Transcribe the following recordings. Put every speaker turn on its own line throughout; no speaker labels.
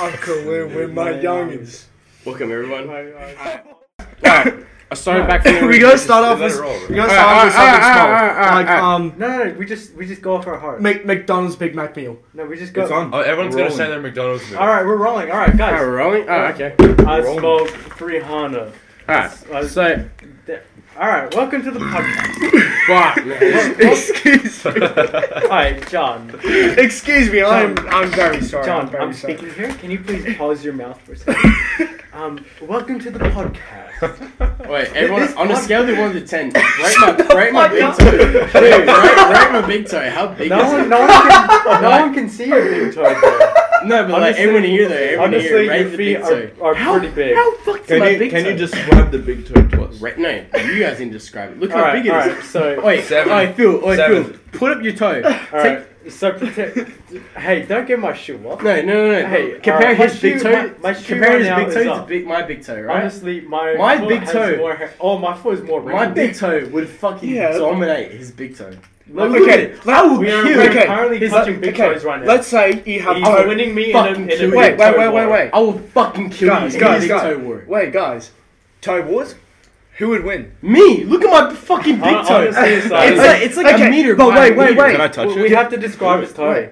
Uncle Lou with my youngins.
Welcome everyone.
Alright, I started back from the
we
original.
gotta start off
Let
with
it roll,
we gotta
right?
start off
Alright,
with something
alright,
small,
alright, alright, alright,
like um
No, no, no. We just we just go off our heart.
Mc- McDonald's Big Mac meal.
no, we just go.
It's on.
Oh, everyone's gonna
Rolling.
say their McDonald's movie.
All right, we're rolling. All right,
Alright,
guys.
we're rolling? Oh, okay.
I
rolling.
smoked three Honda.
Alright, so,
All right, welcome to the podcast.
fuck. man.
Excuse me.
All right, John.
Excuse me, I'm I'm very sorry. I'm
John,
very
I'm
sorry.
speaking here. Can you please pause your mouth for a second? Um, welcome to the podcast.
Wait, everyone,
This
on a
pod-
scale of 1 to 10, rate my, rate my big
fuck
toe. Dude, rate, rate my big toe. How big
No
is it?
one, no one can, no one can see your big toe. Bro.
No, but like
Honestly-
everyone here though, everyone
Honestly,
here, rate
your
the
feet
big toe.
are, are pretty big.
How fucked is
Can
my
you
big
can
toe?
you describe the big toe to us?
Ra- no, you guys need to describe it. Look
All
how
right,
big it
all
is.
right. So,
Wait,
Seven.
Oi, Phil, oi,
Seven.
Phil, put up your toe.
all right. So protect. Hey, don't get my shoe off.
No, no, no, no.
Hey,
Hey, compare
alright, my
his big
shoe-
toe.
my- my shoe
compare
right
his
now
big
is
toe to
up.
big, my big toe, right?
Honestly, my
My
foot
big
has
toe.
More hair. Oh, my foot is more.
my
wrinkled.
big toe would fucking
Yeah.
dominate his big toe.
Look,
Look at
Okay,
it.
let-
How
We are,
cute.
we are
Okay,
currently
his-
touching big
okay,
toes right now.
let's say you have
He's
oh,
winning me in a,
fucking
in a
kill
big
Wait, wait, wait,
toe
wait,
war.
wait.
I will fucking kill
Guys,
you.
guys,
big
guys.
toe war.
Wait, guys. Toe wars? Who would win?
Me, look at my fucking big
Hon-
toe.
honestly, it's like-
it's like it's like
Okay,
a meter.
but
by a
wait, wait,
meter.
wait.
Can I touch
We-
it?
We have to describe his toe.
Wait.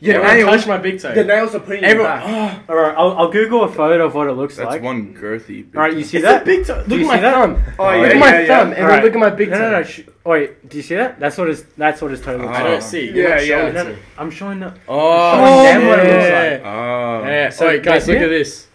Yeah,
Your
everyone
nails,
touch my big toe.
the nails are putting you
Everyone,
back.
oh,
All right, I'll, I'll Google a photo of what it looks
That's
like.
one girthy. Big
All right, you see
it's
that?
a big toe. Look
you
at my
see that?
thumb.
Oh,
Look
yeah,
at my
yeah, yeah.
thumb, and
Alright.
then look at my big
No,
toe.
no, no. Sh- wait, do you see that? That's what his. That's what his toe looks
I
like.
Oh.
don't see.
Yeah, yeah.
No, no, I'm showing the.
Oh,
Oh,
damn what it
yeah.
looks like.
Oh.
Yeah,
So,
wait, guys,
yeah.
look at this.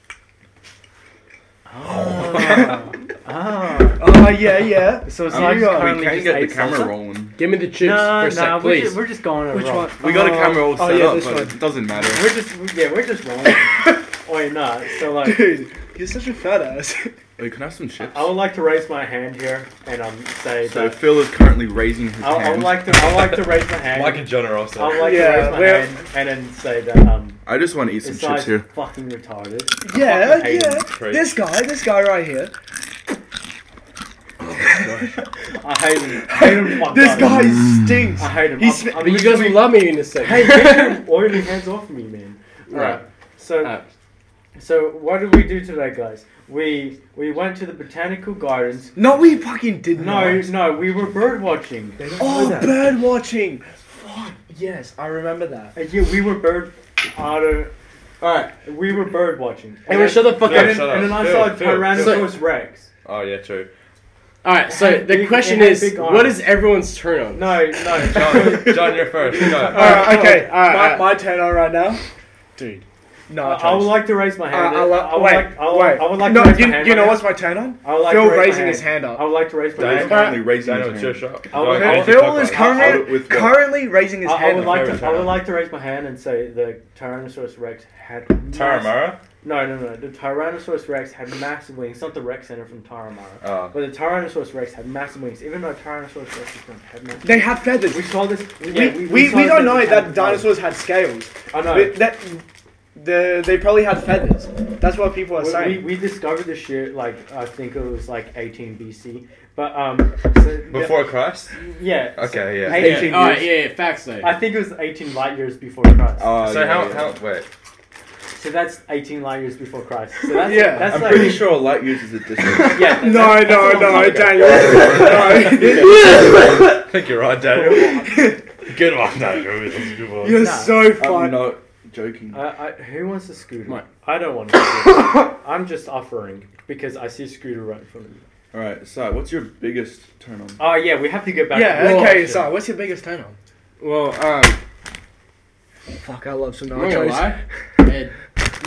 Oh. Ah.
Oh, yeah, yeah.
So it's
Um,
like
we
currently
can
just
get the
eight
camera
salsa.
rolling.
Give me the chips
No,
for
no,
a sec,
we're,
please.
just, we're just going over.
Which one?
We got a
Uh,
Oh,
camera all
oh,
set
yeah,
up,
this
but
one.
it doesn't matter.
We're just we- yeah, we're just wrong. Wait, nah. So like,
Dude, you're such a fat ass.
Wait, can I have some chips?
I would like to raise my hand here and um say
So
that
Phil is currently raising his
I, I would
hand.
like to I would like to raise my hand.
Mike and John are
I would
also.
like
Yeah,
to raise my
we're-
hand and then say that um
I just want to eat some
this
chips
guy's
here.
fucking retarded.
yeah,
hate
yeah.
him.
Crazy.
This guy, this guy right here.
I hate him. I hate him. fuck
This
up.
guy stinks.
I hate him.
He's-
I'm, I'm
But you guys will
literally-
love me in a sec.
Hey, get your oily hands off me, man. Alright. So
Alright.
so what did we do today, guys? We we went to the botanical gardens.
No, we fucking did not.
No, no, we were bird watching.
Oh,
that.
bird watching. Fuck, yes, I remember that.
Uh, Yeah, we were bird. I don't.
Alright.
We were bird watching.
Hey, well, shut the fuck
and then,
up.
shut up.
and then I
Phil,
saw
Phil,
Tyrannosaurus Rex.
Oh yeah, true.
Alright, so
Hey,
the
big-
question
hey,
is,
big
what
arms.
is everyone's turn on?
No, no.
John, John, you're first. Go.
Alright,
Alright, alright,
okay.
alright,
my,
alright.
my turn on right now. Dude. No,
I, I would like to raise my hand.
Uh, I, I, lo-
I would
wait,
like. I would,
wait.
I would like
no,
to raise
you,
my hand.
you know
right
what's my turn on?
now. I would like
Phil
to raise my
raising
hand.
his hand up.
I would like to raise my
Dang.
hand.
He's currently raising
Daniel,
his
it's your
hand.
shot.
I would-
Go ahead.
I would-
Phil is
I would-
currently,
with what?
currently raising his
I, I
hand
would
up.
like to.
Raise your
I would
hand.
like to raise my hand and say the Tyrannosaurus Rex had. mass-
Taramara.
No, no, no. The Tyrannosaurus Rex had massive wings. Not the Rex Center from Taramara.
Ah.
Oh.
But the Tyrannosaurus Rex had massive wings, even though Tyrannosaurus Rex don't have massive
They had feathers.
We saw this.
We,
We, yeah, we,
we,
we
we,
saw this
don't
at
know that
time.
dinosaurs had scales.
I know.
We- that, the, they probably had feathers. That's what people are
We-
saying.
we, we discovered this shit like I think it was like 18 BC, but um, so,
Before
Uh,
Christ.
yeah, yeah, so
Okay, yeah.
Hey,
Yeah,
Eighteen
alright, yeah, yeah, facts though.
I think it was 18 light years before Christ.
Oh,
So
yeah,
how,
yeah.
how? Wait.
so that's 18 light years before Christ. So that's
Yeah,
that's
I'm
like,
pretty sure light uses a distance.
Yeah, that-
no,
that's-
no,
that's a
no,
long time ago.
Daniel. no.
I think you're right, Daniel. good one, Daniel. This is a good one.
You're
Nah.
so
I'm
fun.
not joking.
uh, I, I, who wants a scooter?
Mine.
I don't want a scooter. I'm just offering because I see a scooter right in front of me.
All right, so what's your biggest turn on?
Oh yeah, we have to get back. to
Yeah,
this
okay,
question.
so what's your biggest turn on?
well, um,
Fuck, I love some
I'm not gonna
nachos.
lie. Ed,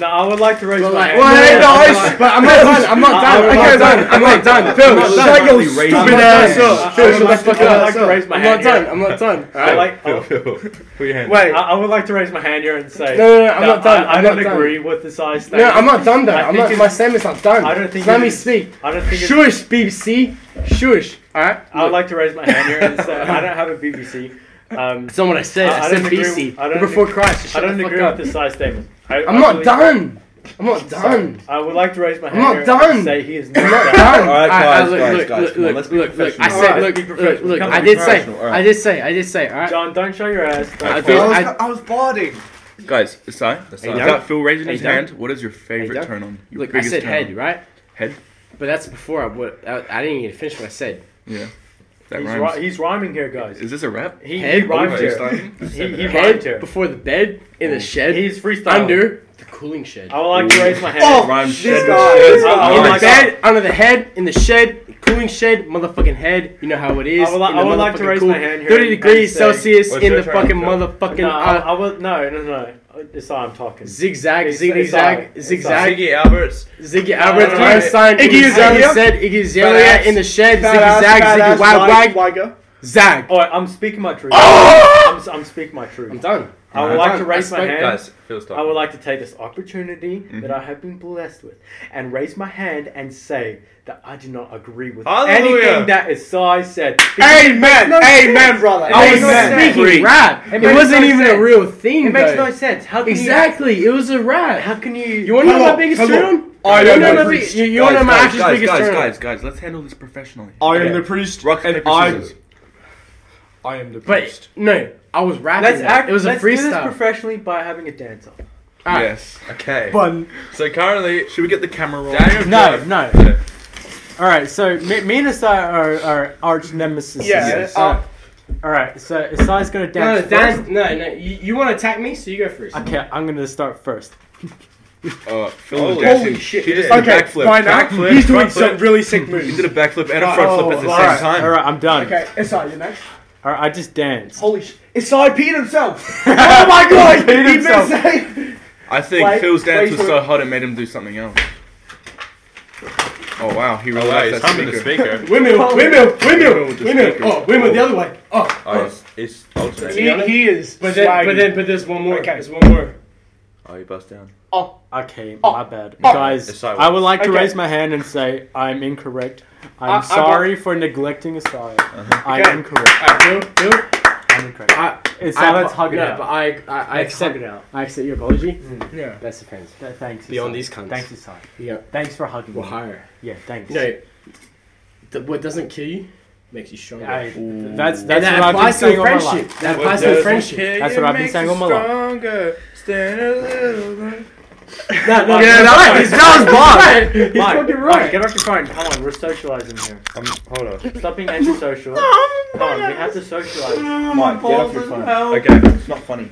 No, I would like to raise
Well,
my
like-
hand.
Well,
Wait,
Yeah,
no,
I'm
it's-
not- but I'm not done. I'm not
I- I
done. I'm
would like
not done.
to-
I'm not done. Phil,
I'm not done.
shut your
Currently raising-
stupid ass up.
I- I
Phil,
would
shut the
like-
fuck
I would
up.
like to raise my
I'm
hand.
not
here.
done. I'm not done.
I like.
Phil,
oh,
Phil, put your hand.
Wait.
I, I would like to raise my hand here and say.
No, no, no, I'm not done.
I, I
I'm
don't
not done.
agree with the size thing.
No, I'm not done though.
I
I'm
think
not,
it's-
my statement's not done.
I don't think
Let
it
me
is.
speak.
I don't think. It's,
Shush, BBC. Shush. All right.
I would like to raise my hand here and say I don't have a BBC. Um,
That's not what I said.
I-
I,
I
said
don't agree
BC.
with- I don't
before Christ. Shut
I don't
the fuck
agree
up.
with the size statement. I,
I'm
I
not
really-
done. I'm not done.
I would like to raise my hand
not
here
done.
and say he is not
I'm not
done.
done.
All
Alright,
right, guys,
alright,
guys,
look,
guys,
look,
come on,
look,
let's be
look, look. I
professional.
said,
Alright,
look,
be
look,
professional.
look.
Come
I
on,
did
be
say.
professional,
I
alright.
did say. I did say. All right.
John, don't show your ass. Don't
I
fall.
feel-
I was,
I-
I was farting.
Guys, Sai,
Sai.
without Phil raising
Hey,
his
Doug.
hand, what is your favorite
Doug.
turn on? Your
Look, I said
turn
head,
on?
right?
Head?
But that's before I would. I, I didn't even finish what I said.
Yeah. That
He's,
rhymes.
ri- he's rhyming here, guys.
Is this a rap?
He, he
Head?
rhymed
Are we
here.
freestyling?
He, he rhymed
Head
here.
before the bed in
Oh.
the shed
He's freestyling.
under the cooling shed.
I would like to raise my hand.
Oh,
Rhyme
this
shed with
guy,
shed.
this
Oh,
guy.
oh
in
my
the bed, under the head, in the shed, cooling shed, motherfucking head. You know how it is.
I would li-
in the
I would like to
motherfucking
raise my hand here
Thirty
and-
degrees
and say-
Celsius
What's
in
your
the
turn,
fucking
Phil?
motherfucking
no, I,
uh,
I would no, no, no. It's how I'm talking.
zigzag,
It's-
zigzag,
it's alright. It's
zigzag.
Ziggy Alberts.
Ziggy
no,
Alberts,
no,
Einstein,
no.
Iggy
Iggy
Azalea
Azalea?
said Iggy Azalea
Badass.
in the shed.
Badass,
Ziggy zag,
badass,
ziggy wag
wag,
wag,
wagger.
zag.
All right, I'm speaking my truth. I'm, I'm speaking my
I'm
truth.
done.
I would
I'm
like
done.
to raise my
Respect-
hand.
Guys, Phil's talking.
I would like to take this opportunity that I have been blessed with and raise my hand and say that I do not agree with
Hallelujah.
anything that Isai said.
Amen.
No sense.
Amen, brother.
I
makes no
was
sense.
speaking rap. It,
makes
wasn't
no
even
sense.
a real thing.
It makes
though.
no sense. How can
Exactly, it was a
You,
rap.
how can you?
You want to know
Hello,
my biggest
hello.
turn?
I
You
am
know
the
my
priest.
big- you- you want to know my
guys,
actual
guys,
biggest
guys,
turn?
guys, guys, let's handle this professionally.
I
am the
priest.
Rock, paper,
I'm-
scissors.
I am the
But no, I was rapping.
Let's
it.
act.
It was a
let's do this
freestyle.
professionally by having a dance off.
Alright.
Yes.
Okay.
But
So currently,
Should we get the camera roll?
Daniel
No,
Craig-
no. All right, so me, me and Asai are, are arch nemesis.
yeah,
Yes.
uh,
All right, so Asai's gonna
No,
dance.
no,
first.
that's, no, no. You, you want to attack me, so you go first.
Okay, I'm gonna start first.
Uh, Phil was
Holy
dancing.
shit.
He just
Okay,
did a backflip.
by now,
backflip,
he's doing
front
some
flip.
really sick
He
moves.
did a backflip and a front flip at the
all
same
right,
time.
All right, I'm done.
Okay, Isai, you're next.
All right, I just danced.
Holy shit. Isai peed himself. oh my god.
He peed
He
himself.
missed
I think
Wait,
Phil's dance
wait
was
for
so hot it made him do something else. Oh wow, he
Oh, wow, he's
realized that
humming the
speaker.
speaker.
Windmill, windmill, windmill,
with the
windmill.
speaker.
Oh, windmill the other way. Oh,
Oh, it's, it's alternate.
a- He, he is.
but then, but then, but there's one more. There's one more.
Oh, you bust down.
Okay,
Oh,
my
oh.
bad,
It's
guys.
sideways.
I would like to
Okay.
raise my hand and say I'm incorrect. I'm
I- I
sorry for neglecting Asai.
Okay.
I'm incorrect.
Alright, Phil, Phil.
I'm incorrect.
I,
It's
I,
let's hug it
no,
out.
But I, I, I
Let's hug
accept.
it out. Mm.
I accept your apology.
Yeah.
Best of friends.
Th- Thanks.
Beyond
Asai.
these cunts.
Thanks, Asai.
Yeah,
Thanks for hugging
we're
me.
higher.
Yeah, thanks.
No, th- what doesn't kill you makes you stronger.
I,
And
that's that's
that
what I've been
applies to
saying all my
friendship.
life.
That applies to friendship.
That's what I've been saying all my life.
Stronger, stand a little. bit.
No, no, no,
Yeah, that's
no,
right.
he's- that was Bob. He's
Mike,
fucking
Mike,
right.
get off your phone. Come on, we're socializing here.
Um, hold on.
Stop being antisocial. Come on, we have to socialize.
Mike, get off your phone.
Okay.
It's not funny.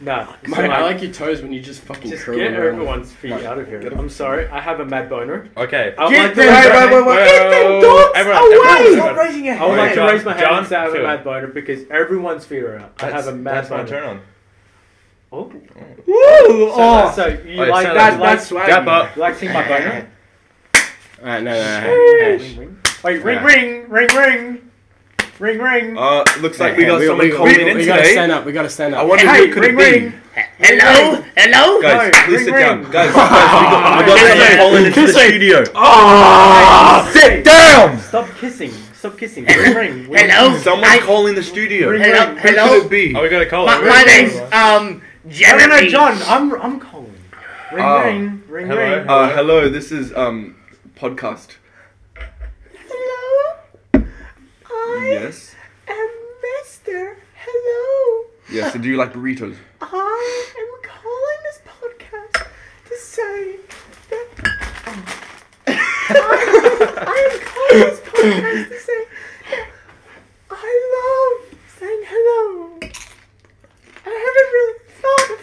No, it's
Mike,
not.
I like your toes when you just fucking
Just
curl
get
them around.
everyone's feet out of here. I'm sorry, I have a mad boner.
Okay.
I would
Get
like to
them-
raise
wait,
my
wait,
hand-
wait, wait. Get them dogs
everyone,
away.
everyone,
Stop
everyone.
raising your
I
Oh
hand.
would like to
John,
raise my hand
John,
and say I have a
Phil.
mad boner because everyone's feet are out. I
That's-
have a mad
That's my
boner.
turn on.
Oh,
Woo!
so,
Oh.
so you
Wait,
like that?
so that's-
you
that's
like,
swag.
Gap up.
you like seeing my boner?
Alright, no, no, no.
Ring, ring. Wait, ring,
Yeah.
ring, ring, ring, ring, ring.
Uh, looks like we
Okay,
got someone
we,
calling
we,
in
we gotta
today.
stand up. We gotta stand
I
up.
wonder
Hey,
who could
ring,
it be.
ring.
Hello, hello.
Guys,
Hey,
please
ring,
sit
ring.
down. Guys, guys, we got, we
Hey,
got someone
hey,
calling into the studio.
Ah, sit
down.
Stop kissing. Stop kissing. Ring, ring. ring.
Someone calling the studio.
Ring,
Hello,
ring.
Who
hello.
could it be?
Oh, we got a call.
My,
We
my
got a
name's
call.
um
No,
Jeremy.
no, no, John. I'm, I'm calling. Ring,
Oh.
ring, ring,
Hello.
ring.
Uh, hello, this is um podcast.
Hello, I
Yes.
am Mister. Hello,
Yes. And do you like burritos?
I am calling this podcast to say that I, I am calling this podcast to say that I love saying hello. I haven't really thought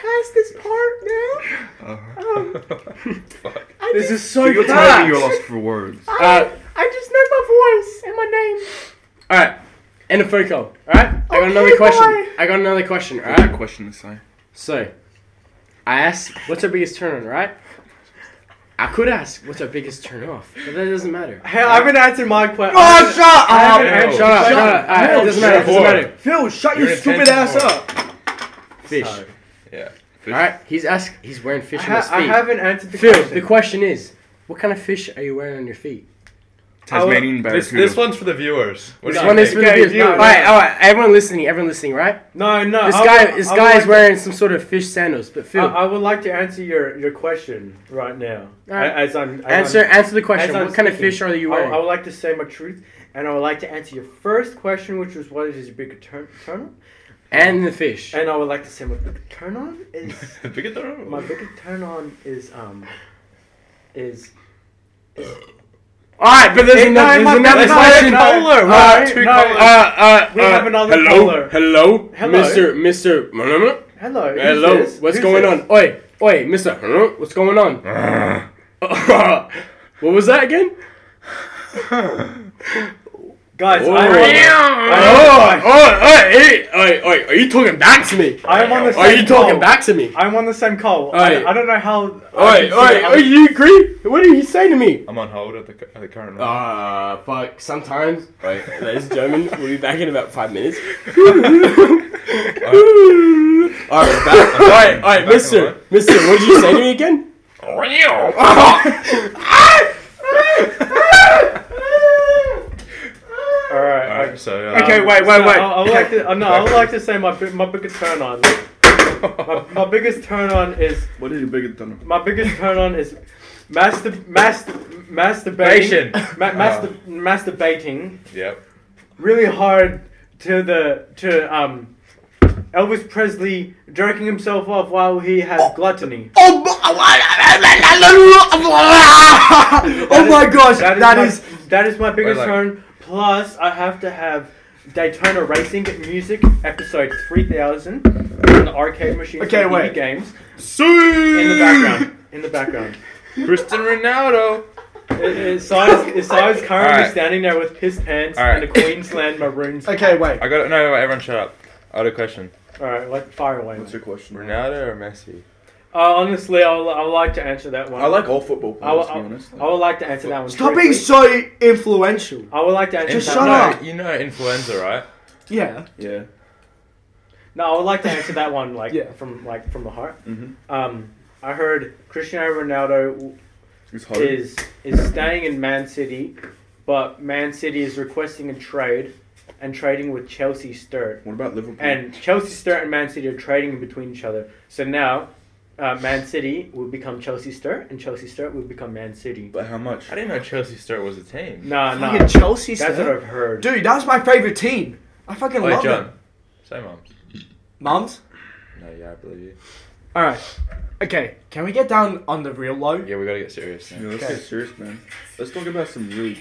far past this part
Uh-huh.
now. Um,
Fuck.
I
This
just-
is so
So you're telling me
bad.
you're lost for words.
I,
Uh,
I just know my voice and my name.
alright. End of phone call. Alright, I got
Okay,
another question.
bye.
I got another question.
What's your
Alright,
question this time?
so I asked, "What's our biggest turn on?" Right? I could ask, "What's our biggest turn off?" But that doesn't matter.
Hey, I haven't answered my question.
Oh, shut up.
haven't-
Shut up! Shut up! Alright, it doesn't matter. It doesn't matter.
Phil, shut
You're
your
an
stupid ass
attention
up.
Fish.
Yeah.
Alright, he's ask. He's wearing
I,
fish on his
ha- I
feet.
haven't answered the
Phil,
question.
the question is, what kind of fish are you wearing on your feet?
Tasmanian
This,
barracuda.
this one's for the viewers. What
This
do you
one is for
think?
the
Okay,
viewers.
you- Uh,
all right, all right, everyone listening, everyone listening, right?
no, no.
This
I
guy,
would-
this
I would
guy is
like-
wearing some sort of fish sandals. But
I,
Phil,
I would like to answer your, your question right now.
Alright.
As I'm as I'm-
answer answer the
uh, as
question.
I'm
What kind of
speaking.
fish are you
I,
wearing?
I would like to say my truth, and I would like to answer your first question, which was what is your big turn? turn?
and the fish.
And I would like to say my big turn on is
Bigger than
my biggest turn on is um is
All right, but there's
Hey, no,
another,
my-
there's another
that's my
question.
next caller.
All
All
right,
right,
two
no,
callers. uh, uh,
we
uh,
have another
hello,
caller.
hello,
Hello.
Mister, Mister, hello,
hello. who's
hello.
this?
what's
Who's
going
this?
on? Oi, oi, Mister, hello, what's going on? what was that again?
Guys,
Oh,
I'm on,
oh, oh, oi, hey, oi, oi, are you talking back to me?
I am on the
Oh. Are
same
you talking
call.
back to me?
I'm on the same call.
Oi.
I, I don't know how.
Oi,
I can see
oi,
that
oi,
I'm-
you agree? What are you saying to me?
I'm on hold at the, cu- at the current
Oh.
moment.
Uh, fuck, sometimes. Wait, there's German. We'll be back in about five minutes. Alright, back. Alright, alright,
Back
mister.
on
Mister, what did you say to me again?
All right.
All right, so
um,
uh,
Okay, wait, wait,
No, I, I
wait.
would like to. Uh, no, I would like to say my bi- my biggest turn on. My, my biggest turn on is
What is your biggest turn on?
my biggest turn on is master master masturbating
Bation.
uh.
ma- master, masturbating
Yep.
really hard to the to um Elvis Presley jerking himself off while he has gluttony.
oh my gosh,
That is
that
my,
is.
that is my biggest
Wait, like-
turn. Plus, I have to have Daytona Racing Music episode three thousand on the arcade machine
Okay,
for
wait.
EB games
See
in the background. In the background. Uh,
Cristiano Ronaldo.
So I was, so I was currently
Alright.
standing there with pissed pants
Alright.
and a Queensland Maroons.
Okay, wait.
I got it. No, wait, everyone, shut up. I had a question.
Alright, like fire away.
What's your question?
Ronaldo or Messi?
Uh, honestly, I would, I would like to answer that one.
I like all football
I would,
players, to be
I,
honest.
I would like to answer that one.
Stop
briefly.
being so influential.
I would like to answer
Influ-
that
shut
one.
no,
up.
You know influenza, right?
Yeah.
Yeah.
No, I would like to answer that one like
Yeah.
from like from the heart.
Mhm.
Um, I heard Cristiano Ronaldo w-
It's hard.
is is staying in Man City, but Man City is requesting a trade, and trading with Chelsea Sturt.
What about Liverpool?
And Chelsea Sturt and Man City are trading in between each other. So now, uh, Man City will become Chelsea Sturt, and Chelsea Sturt will become Man City.
but how much?
I didn't know Chelsea Sturt was a team.
Nah, nah,
Fucking Chelsea
that's what
stuff.
I've heard.
Dude, that was my favorite team. I fucking
Wait,
love
John.
it.
Say, mum.
Mums?
No, yeah, I believe you.
Alright. Okay, can we get down on the real low?
Yeah, we gotta get serious.
Yeah,
Now.
let's
Okay.
get serious, man. Let's talk about some really deep.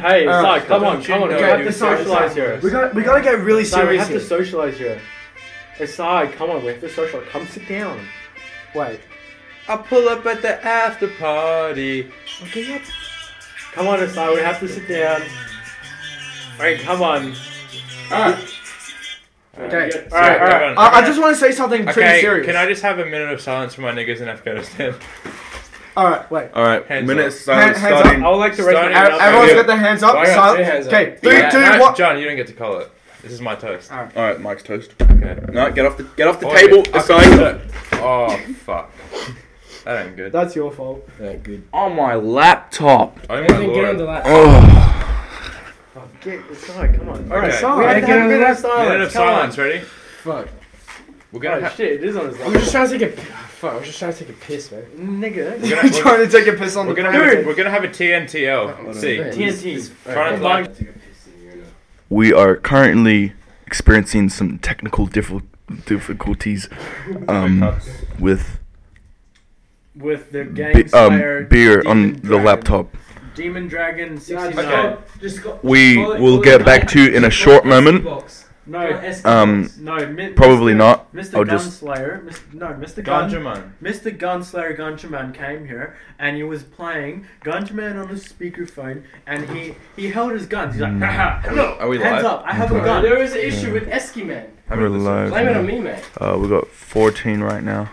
Hey,
Uh,
Sai, come on,
don't
come
you
on,
know
we have
you
to
socialize
socialize here.
We got we gotta get really
Sai, we
serious.
have to
here.
socialize here. Hey, Sai, come on, we have to socialize. Come sit down.
Wait.
I pull up at the after party.
Okay, yeah.
Come on, Sai, we have to sit down. Alright, come on.
Okay.
All right, all right.
Alright.
I, I just want to say something pretty
Okay,
serious.
can I just have a minute of silence for my niggas in Afghanistan?
All right, wait.
All right,
Hands
minute
up.
silence
Hand- hands
starting.
I would like to raise my
Starting
hand
out-
up.
Everyone's
yeah.
got their hands up.
Why not?
so-
Two hands up.
okay, three,
Yeah,
two,
no,
one.
John, you don't get to call it. This is my toast.
Alright.
All right, Mike's toast.
Okay.
No, get off the get off the
Oh,
table.
yeah.
It's going.
Oh fuck. That ain't good.
That's your fault.
That good.
On my laptop.
Oh my
Anything get
lord.
under that.
Oh.
Get Sai, come on. Alright,
Okay.
Sai, we have to
Get
have a
on
minute
the
of silence.
Minute of
come on.
silence. Ready?
Fuck.
We're gonna.
Oh
Ha-
shit, it is on his
I'm just
laptop.
trying to take a. Fuck. I'm just trying to take a piss, man.
Nigga.
we're
I'm
gonna, we're,
trying to take a piss on
we're
the
gonna have a, we're gonna have a TNTL. See.
TNT.
Trying to like.
We are currently experiencing some technical diffi- difficulties um, with
With the
be-
game
um,
Slayer
beer
Demon
on the
Dragon.
laptop.
Demon Dragon 69.
Okay.
Just go,
We
call it-
will
call it
get back
night.
to you in a
Call
short
it Xbox.
moment.
Call
No,
it Xbox.
Um,
no, mi-
probably
Mr.
not.
Mr.
I'll just-
Gunslayer, Mr. no, Mr. Gun,
Gunjaman.
Mr. Gunslayer Gunchaman came here and he was playing Gunchaman on his speakerphone and he he held his guns. He's like, Haha, hello,
Are we
hands
live?
up, I have a
Okay.
gun.
There is an issue with Esky man.
We're live.
Blame it on
now.
me, man.
Uh, we got 14 right now.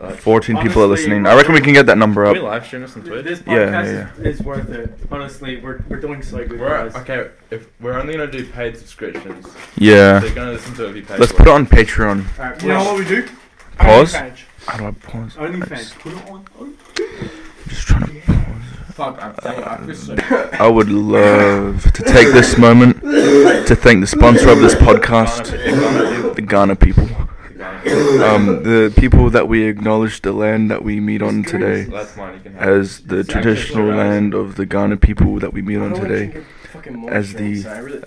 Uh,
Alright.
14 people are
Honestly,
listening. I reckon we can get that number
Can we
up.
live stream this on Twitch?
This podcast
Yeah, yeah,
Is, is worth it. Honestly, we're, we're doing so good,
We're
guys.
okay. If we're only gonna do paid subscriptions,
Yeah.
they're gonna listen to it if you pay.
Let's
for
put it on Patreon.
Alright,
You know what we do?
Pause.
OnlyFans.
How do I pause?
Only fans. Put it on.
Just trying to.
Fuck. I'm telling you, I feel so.
I would love to take this moment to thank the sponsor of this podcast, the Ghana people. Um, the people that we acknowledge the land that we meet on today
That's mine. You can have. it.
as the traditional land of the Ghana people that we meet on today. As the,
As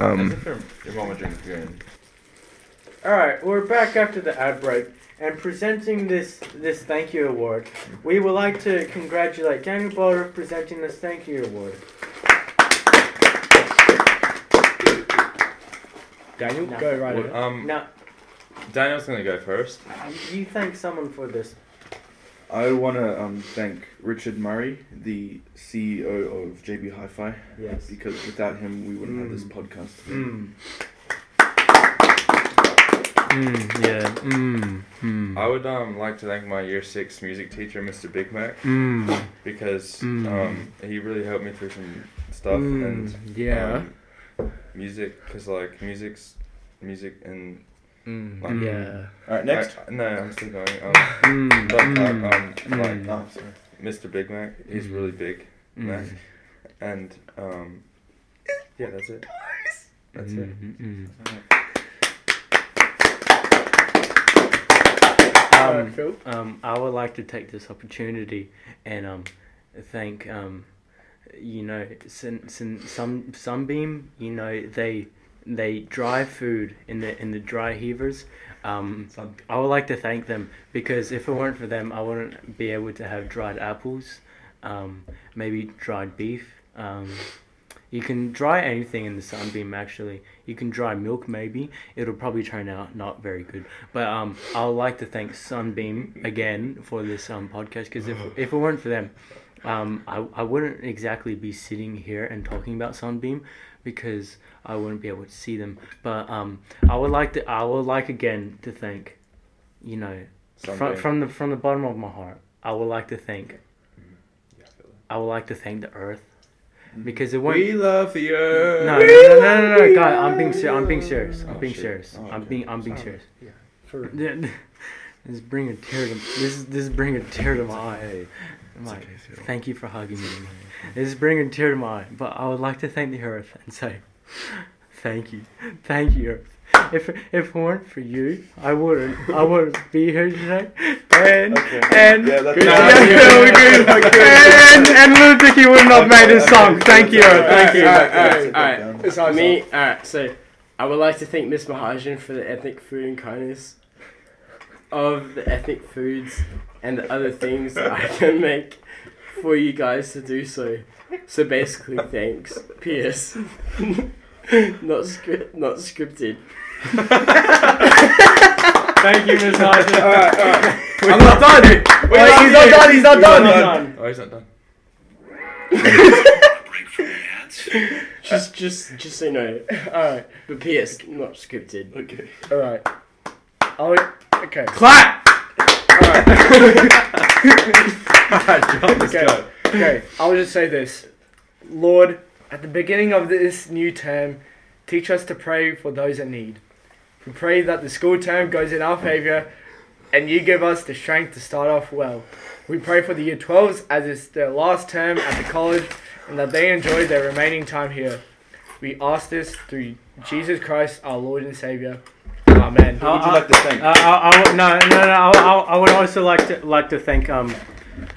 Um,
Um,
if your, your mama drinks beer. and-
All right, we're back after the ad break and presenting this this thank you award. We would like to congratulate Daniel Boulder for presenting this thank you award.
Daniel,
No.
go right
Well,
ahead.
um,
Now,
Daniel's gonna go first.
Mm-hmm.
you thank someone for this.
I want to um, thank Richard Murray, the CEO of JB Hi-Fi,
Yes.
because without him, we wouldn't have this podcast.
Mm, yeah. Mm, mm,
I would um like to thank my year six music teacher, Mr. Big Mac,
mm,
because
Mm.
um he really helped me through some stuff and
mm, yeah.
um, music, cause like music's music and
Mm,
like-
yeah.
All right, next.
I- no, I'm still going. Um,
Mm,
but, like,
mm,
um,
mm.
like
Oh, sorry.
Mr. Big Mac, he's
Mm.
really big, Mac,
Mm,
and um, yeah, that's it. That's it.
mm, mm,
Alright,
Um,
Phil.
um, I would like to take this opportunity and um, thank um, you know, sin, sin, some Sunbeam. You know, they they dry food in the in the dry heavers. Um, I would like to thank them because if it weren't for them, I wouldn't be able to have dried apples, um, maybe dried beef. Um, you can dry anything in the sunbeam. Actually, you can dry milk. Maybe it'll probably turn out not very good. But um, I would like to thank Sunbeam again for this um podcast because if if it weren't for them, um, I I wouldn't exactly be sitting here and talking about Sunbeam because I wouldn't be able to see them. But um, I would like to I would like again to thank, you know, from
Sunbeam.
from the from the bottom of my heart, I would like to thank
Mm-hmm. Yeah, I feel that. Mm-hmm.
I would like to thank the Earth because it weren't.
We love the earth.
No, no, no, no, no, no, guy. I'm being serious. I'm being serious. I'm
Oh,
being
shit.
serious.
Oh,
I'm
okay.
being. I'm being serious. Yeah. This bring a tear to this. This bring a tear to my eye. I'm like, thank you for hugging me. This bring a tear to my eye. But I would like to thank the earth and say, thank you, thank you. Earth. If if it weren't for you, I wouldn't. I wouldn't be here today. And
Okay.
and
Yeah,
Yeah,
that's enough.
yeah, we agree. and and Lil Dicky wouldn't have made this song. Thank you, Earth. Thank you.
Alright, alright,
Sit
alright.
down.
It's hard.
Me, alright, so I would like to thank Miss Mahajan for the ethnic food and kindness of the ethnic foods and the other things I can make for you guys to do so. So basically, thanks. P.S. not script, not scripted.
Thank you, Ms. Hodges.
All right, all right.
I'm not done.
Wait, he's not done. He's not done.
Oh, he's not done.
Just, just, just so you know.
Alright,
But P.S. Not scripted.
Okay.
alright. I'll. Okay.
Clap.
Alright, John, let's
Okay.
go.
Okay, I will just say this. Lord, at the beginning of this new term, teach us to pray for those that need. We pray that the school term goes in our favour and you give us the strength to start off well. We pray for the year 12s as it's their last term at the college and that they enjoy their remaining time here. We ask this through Jesus Christ, our Lord and Saviour. Amen.
Who would you like to thank?
Uh, I, I, would- no, no, no. I, would- I, would- I would also like to like to thank um,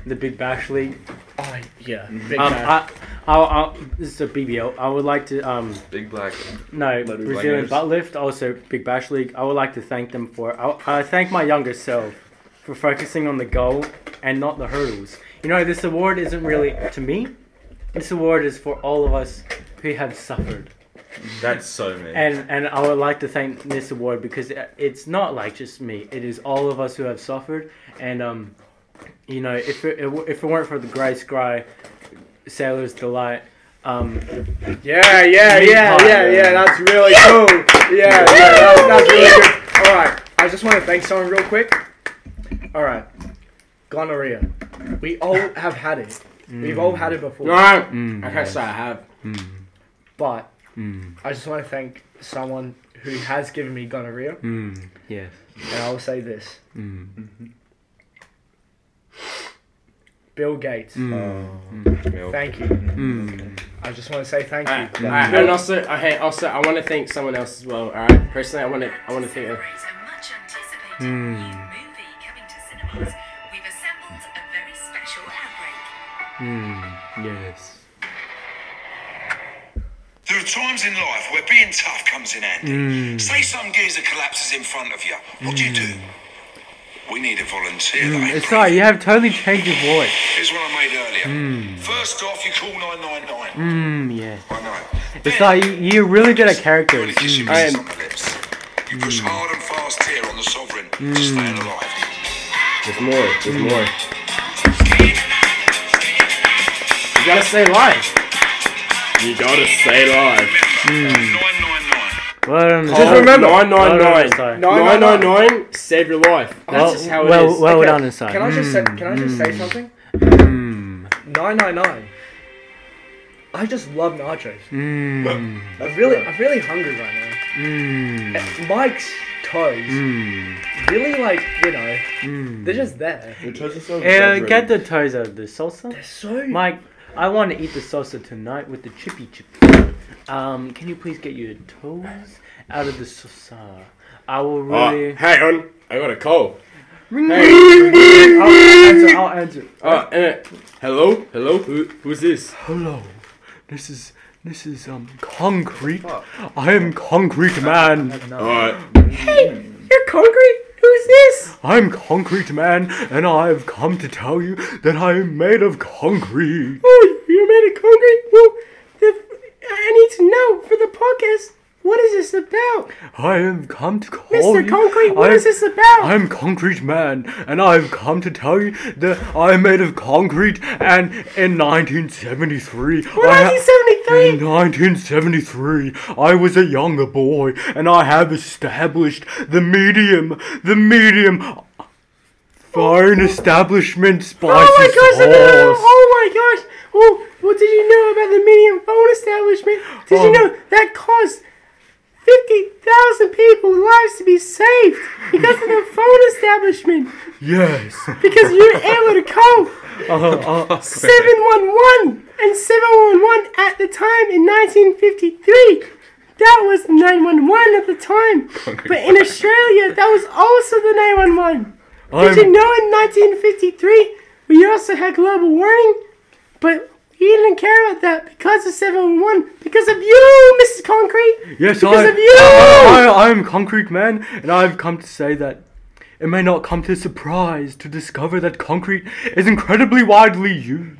the Big Bash League.
Oh, yeah. Big
Um,
fan.
I, I, I, this is a BBL. I would like to um,
Big black.
no
Let me
Brazilian
blame yours.
butt lift. Also, Big Bash League. I would like to thank them for. I, I thank my younger self for focusing on the goal and not the hurdles. You know, this award isn't really to me. This award is for all of us who have suffered.
That's so me.
And and I would like to thank this award because it's not like just me. It is all of us who have suffered. And um, you know, if it, if it weren't for the Grey Scry, Sailor's Delight, um,
Yeah, yeah,
Meat
yeah,
pie.
yeah, yeah. That's really cool. Yeah, yeah, that, that's really good. All right, I just want to thank someone real quick. All right, gonorrhea. We all have had it.
Mm.
We've all had it before.
Alright. Mm, okay, so I have.
But
mm,
I just want to thank someone who has given me gonorrhea,
mm. yes,
and I will say this: Bill Gates.
Mm.
Milk.
Thank you. I just want to say thank
Alright,
you.
alright, and also, okay, Uh, also, I want to thank someone else as well. All right, personally, I want to, I want to thank.
Celebrate a much anticipated new movie coming to cinemas. We've assembled a very special outbreak.
yes.
There are times in life where being tough comes in handy. Say some geezer collapses in front of you. What do you do? We need a volunteer. that ain't
It's like you have totally changed your voice.
Here's what I made earlier. First off, you call 999.
Mm, yeah.
I know.
It's
Then-
like you- you're really good at
You
characters.
only kiss your
I
missus
am-
on the lips. You push hard and fast here on the sovereign to stay alive.
There's more. There's more. You gotta stay live. You gotta stay live.
Remember, 999.
Well done.
Just remember. Nine nine
Well
nine.
done,
No,
Nine nine nine. Save your life. That's
Well,
just how it
well,
is.
well
Okay,
done, Asai.
Can I just say, can I just say something? Nine nine nine. I just love nachos.
Hmm. Mm,
I'm really I'm really hungry right now. And Mike's toes
Hmm. mm.
really like you know they're just there.
Your toes are so
Uh,
exaggerated.
get the toes out of the salsa.
They're so
Mike, I want to eat the salsa tonight with the chippy chip. Um, can you please get your toes out of the salsa? I will
Oh,
really.
hang on. I got a call.
Ring,
Hey.
ring, ring. I'll answer. I'll answer.
Oh, eh, hello, hello. Who, who's this?
Hello. This is this is um concrete. I am concrete man.
All right.
You're concrete? Who's this?
I'm concrete man, and I've come to tell you that I am made of concrete.
Oh, you're made of concrete. Well, the, I need to know for the podcast. What is this about,
I have come to call
Mr.
you.
Concrete? What
I-
is this about?
I'm Concrete Man, and I've come to tell you that I'm made of concrete. And in 1973, I ha-
1973?
in 1973, I was a younger boy, and I have established the medium, the medium. Fine establishment spicy
oh my gosh!
sauce.
I don't know. Oh my gosh! Oh, what did you know about the medium phone establishment? Did
Um,
you know that caused fifty thousand people lives to be saved because of the phone establishment?
Yes.
Because you were able to call
Uh, uh,
711 and 711 at the time in 1953. That was 911 at the time. But in Australia, that was also the 911. Did you
I'm-
know in 1953 we also had global warming? But you didn't care about that because of 711, because of you, Mrs. Concrete.
Yes,
because
I,
of you.
I, I am Concrete Man, and I've come to say that it may not come to surprise to discover that concrete is incredibly widely used.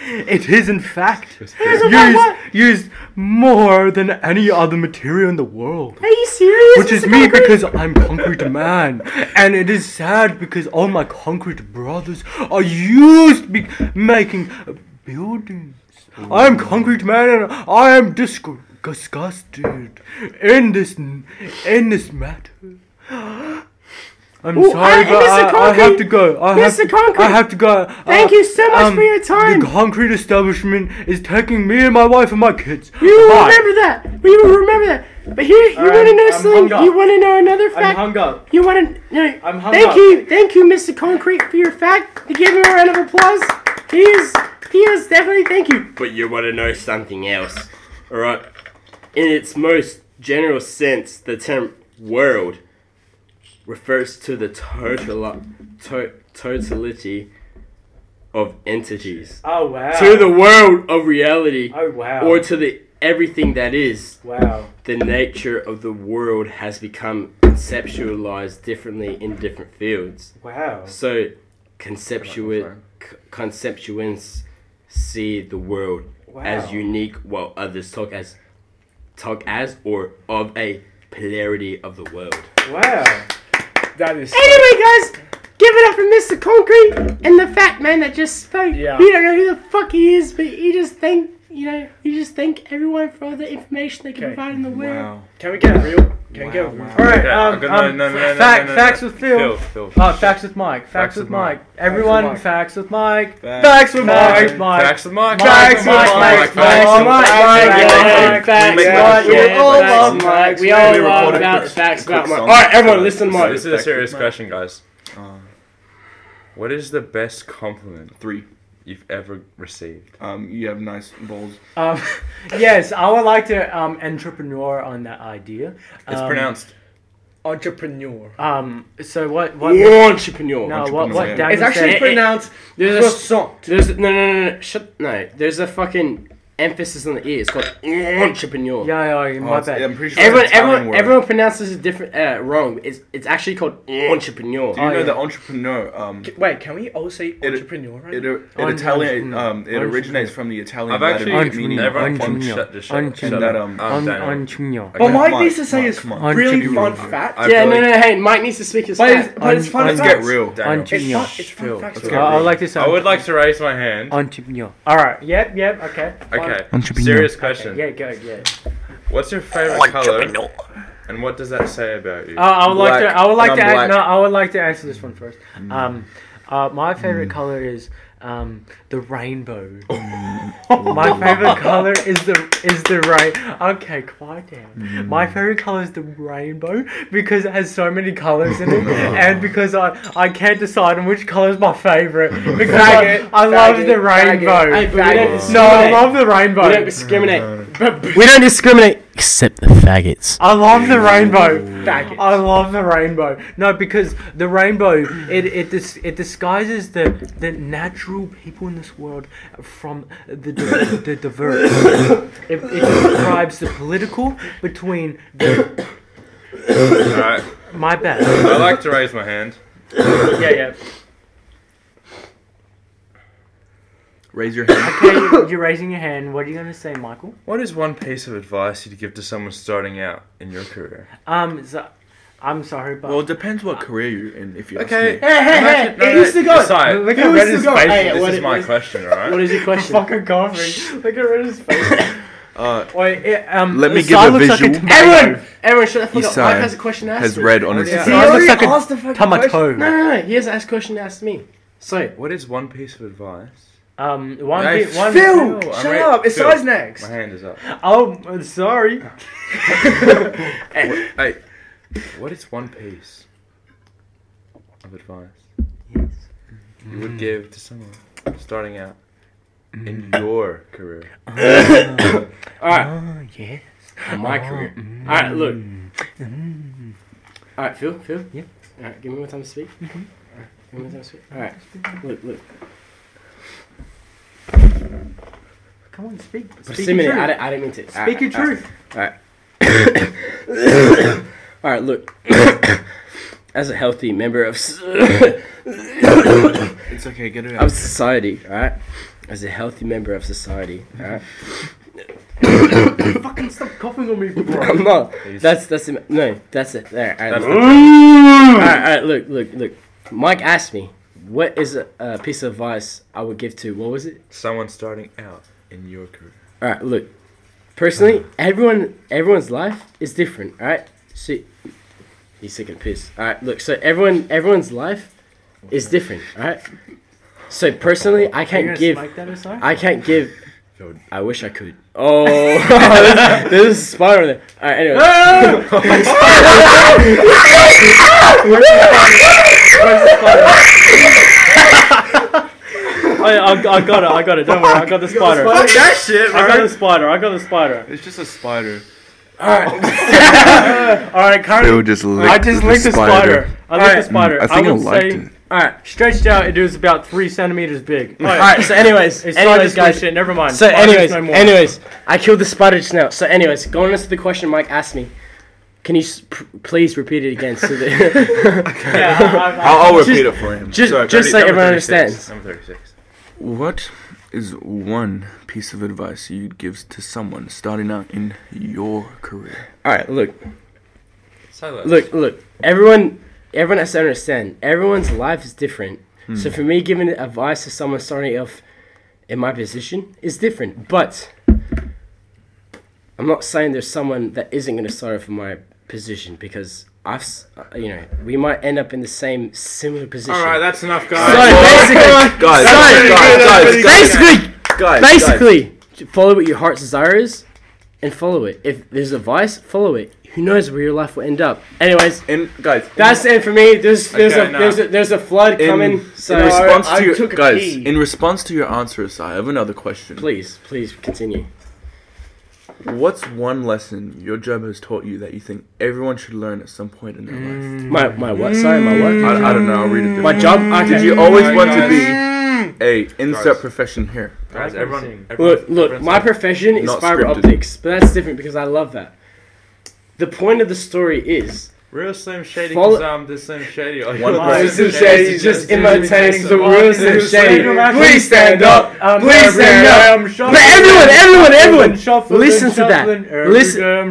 It is, in fact,
about
used,
what?
used more than any other material in the world.
Are you serious?
Which is
Mr.
me
Concrete?
because I'm Concrete Man. And it is sad because all my concrete brothers are used be- making buildings. I'm Concrete Man and I am disg- disgusted in this in this matter. I'm
Ooh, I-
sorry, but
Mr.
I, I have
Concrete!
to go. I have
Mr.
to,
Concrete!
I have to go. Uh, um,
Thank you so much for your time.
The concrete establishment is taking me and my wife and my kids.
You will
Bye.
remember that. We will remember that. But here, you
Alright,
want to know
I'm hung
something?
up.
You want to know another
I'm
fact?
hung up.
You want to? No.
I'm hung
thank
up.
you, thank you, Mr. Concrete, for your fact. You give him a round of applause. He is, he is definitely. Thank you. But you want to know something else, all right? In its most general sense, the term "world" refers to the total to, totality of entities,
Oh wow.
to the world of reality,
Oh wow.
or to the everything that is.
wow.
the nature of the world has become conceptualized differently in different fields.
Wow.
So, conceptua- c- conceptuants see the world as unique, while others talk as talk as or of a polarity of the world.
Wow.
that is.
Anyway, guys, give it up for Mr. Concrete and the fat man that just spoke.
Yeah.
We don't know who the fuck he is, but he just thank you know he just thank everyone for all the information they can
Okay.
provide in the world.
Can we get real? Can we get real?
All right.
Okay,
um,
okay, no,
um,
no, no, no,
fac-
no, no,
facts
no.
with Phil.
Phil, Phil.
Uh, facts with Mike. Facts, with, Mike. Everyone,
Mike.
facts with Mike.
Facts with
Facts with
Mike.
Mike.
Facts with Mike.
Facts with Mike. Facts with Mike. Facts with Mike. Facts with Mike.
We
Yeah,
all
facts
love
with
Mike.
Mike.
We all love about
facts
about Mike.
All right, everyone,
Oh,
listen, to Mike.
This is a serious question, guys.
Um,
What is the best compliment
Three.
you've ever received?
Um, you have nice balls.
Um, yes, I would like to um, entrepreneur on that idea.
It's
Um,
pronounced.
Entrepreneur.
Um. So what? What?
entrepreneur.
No. What?
Entrepreneur.
What? Daniel
It's actually
said-
pronounced
There's a
croissant.
there's no no no no shut no. There's a fucking emphasis on the E. It's called entrepreneur.
Yeah, yeah, my
Oh, it's-
bad.
yeah, I'm pretty sure
Everyone,
it's an Italian
everyone,
word.
everyone pronounces it different uh, wrong. It's it's actually called entrepreneur.
Do you
Oh,
know
yeah.
the entrepreneur? Um,
Wait, can we all say
It-
entrepreneur right
it,
now?
it
Entre-
Italian.
mm,
Um, it
entrepreneur.
originates from the Italian.
I've
Latin
actually-
meaning.
Entrepreneur,
everyone fucking
entrepreneur,
shut- just shut-
And
entrepreneur,
that um.
Um,
okay,
en-
Daniel.
entrepreneur.
But
Mike,
Mike needs to say
Mike,
his
come on.
really fun
Entrepreneur.
fact.
I
yeah,
feel
no,
like-
no, hey, Mike needs to speak his
But it's,
fact.
but it's fun
Let's
facts.
get real.
Daniel.
Entre-
It's fun, it's
Real.
fun facts.
Let's
I,
get
bro.
I would like to say.
I would like to raise my hand.
entrepreneur. All right. Yep. Yep. Okay. fine.
Okay.
Entrepreneur.
Serious
Okay,
question.
Yeah. Go. Yeah.
What's your favorite color? And what does that say about you?
Uh, I would like
Black,
to. I would like
and
to.
I'm
an-
black. Mm.
no, I would like to answer this one first. Um, uh, my favorite color is um the rainbow.
Oh.
my favorite color is the is the rain. Okay, quiet down.
Mm.
My favorite color is the rainbow because it has so many colors in it, and because I I can't decide on which color is my favorite because
Faggot,
I, I love
faggot,
the
faggot.
rainbow.
Hey, but we don't
no, I
discriminate.
love the
We don't
rainbow.
discriminate. But we don't discriminate except the faggots.
I love the rainbow.
Faggot.
I love the rainbow. No, because the rainbow it it dis- it disguises the the natural people in this world from the di- the diverse. It, it describes the political between the
Alright.
my bad.
I like to raise my hand.
Yeah, yeah.
Raise your hand.
Okay, you, you're raising your hand. What are you gonna say, Michael?
What is one piece of advice you'd give to someone starting out in your career?
Um, so, I'm sorry, but
Well, it depends what career you're in. If you
Okay.
ask me.
Hey, hey, hey!
No,
it
no,
used to go.
decide.
Look
It
at
used
Red
to
is
go.
Basically,
Hey,
this
what
is
it-
my
what-
question, alright?
What is your question?
fucking coughing. Look at Red is face.
Uh,
Wait, it, um,
Let me
Sai
give a
looks like
visual.
tomato.
Everyone, everyone, shut the fuck up.
Isai
Mike has a question to ask
has
me.
red on his.
Sai
He already
looks like a
asked the fucking question.
tomato.
No, no, no. He has to ask a question to ask me. So,
What is one piece of advice?
Um, one,
Hey,
bit, one.
Phil,
I'm
shut
ready.
up. It's
Phil.
size next.
My hand is up.
Oh, I'm sorry.
Hey, what is one piece of advice you would give to someone starting out in your career?
alright.
yeah.
my career. Alright, look. Alright, Phil, Phil.
Yeah.
Alright, give me more time to speak. Alright, give me more time to speak. Alright, look, look.
Come on, speak. Speak your
Persimmon,
truth.
I, don't- I didn't mean to.
Speak your truth.
Alright, look. As a healthy member of. s-
It's okay. Get it
of society, right? As a healthy member of society, right?
Fucking stop coughing on me, bro.
I'm not. That's that's a, no. That's it. There. All right,
That's
look.
the
all right, all right. Look, look, look. Mike asked me, "What is a, a piece of advice I would give to what was it?"
someone starting out in your career.
All right, look. Personally, everyone everyone's life is different. All right, so he's sick and piss. All right, look. So everyone everyone's life is different. All right. So personally, I
Are you
can't
gonna
give.
spike that or something?
I can't give.
Good.
I wish I could. Oh, there's, there's a spider there. All right, anyway.
I, I, I got it. I got it. Don't worry. I got the spider. I
that shit,
got the spider. I got the spider.
It's just a spider.
All right, currently,
just licked
I just licked the spider. I licked the spider.
Mm, I think I
would
liked
say
it.
All right,
stretched out, it is about three centimeters big.
all right. So, anyways,
It's
anyways, guys.
shit. Never mind.
So,
Spiders
anyways,
no more.
anyways, I killed the spider just now. So, anyways, going into the question Mike asked me, can you s- p- please repeat it again? So that
Yeah, I- I- I-
I'll, I'll repeat it for him.
just,
Sorry,
just so
30 number
everyone
36,
understands.
Number 36.
What is one piece of advice you'd give to someone starting out in your career?
All right, look,
Silence.
look, look. Everyone, everyone has to understand. Everyone's life is different.
Hmm.
So, for me, giving advice to someone starting off in my position is different. But I'm not saying there's someone that isn't going to start off in my position because I've, s- uh, you know, we might end up in the same similar position.
All right, that's enough,
So
guys.
basically,
Guys,
so
guys, guys, guys,
basically,
Guys,
basically, follow what your heart's desire is, and follow it. If there's advice, follow it. Who knows where your life will end up? Anyways,
and guys,
that's it for me. There's there's
Okay,
a
nah.
there's a, there's a flood
in,
coming.
in
So
response
I
to your,
took a
guys,
pee.
in response to your answer, Si, I have another question.
please, please continue.
What's one lesson your job has taught you that you think everyone should learn at some point in their life?
My my what? Sorry, my what?
I, I don't know. I'll read it.
Mm. My
differently.
job? Okay.
Mm. Did you always
Alright,
want to
guys.
be?
Mm.
Hey,
Guys.
insert profession here.
Guys,
like
everyone,
everything.
everyone's-
Look, look,
everyone's
my
like-
profession is
Not
fiber
scripted.
optics, but that's different because I love that. The point of the story is
Real Slim Shady,
Follow-
because I'm the Slim Shady. Oh,
One
you're
person.
right.
Slim
Shady's
Shady is just imitating the real Slim Shady. Please stand up.
Um,
Please stand up.
But
But everyone, everyone, everyone,
shuffling,
listen to that.
shuffling, every
Listen-
damn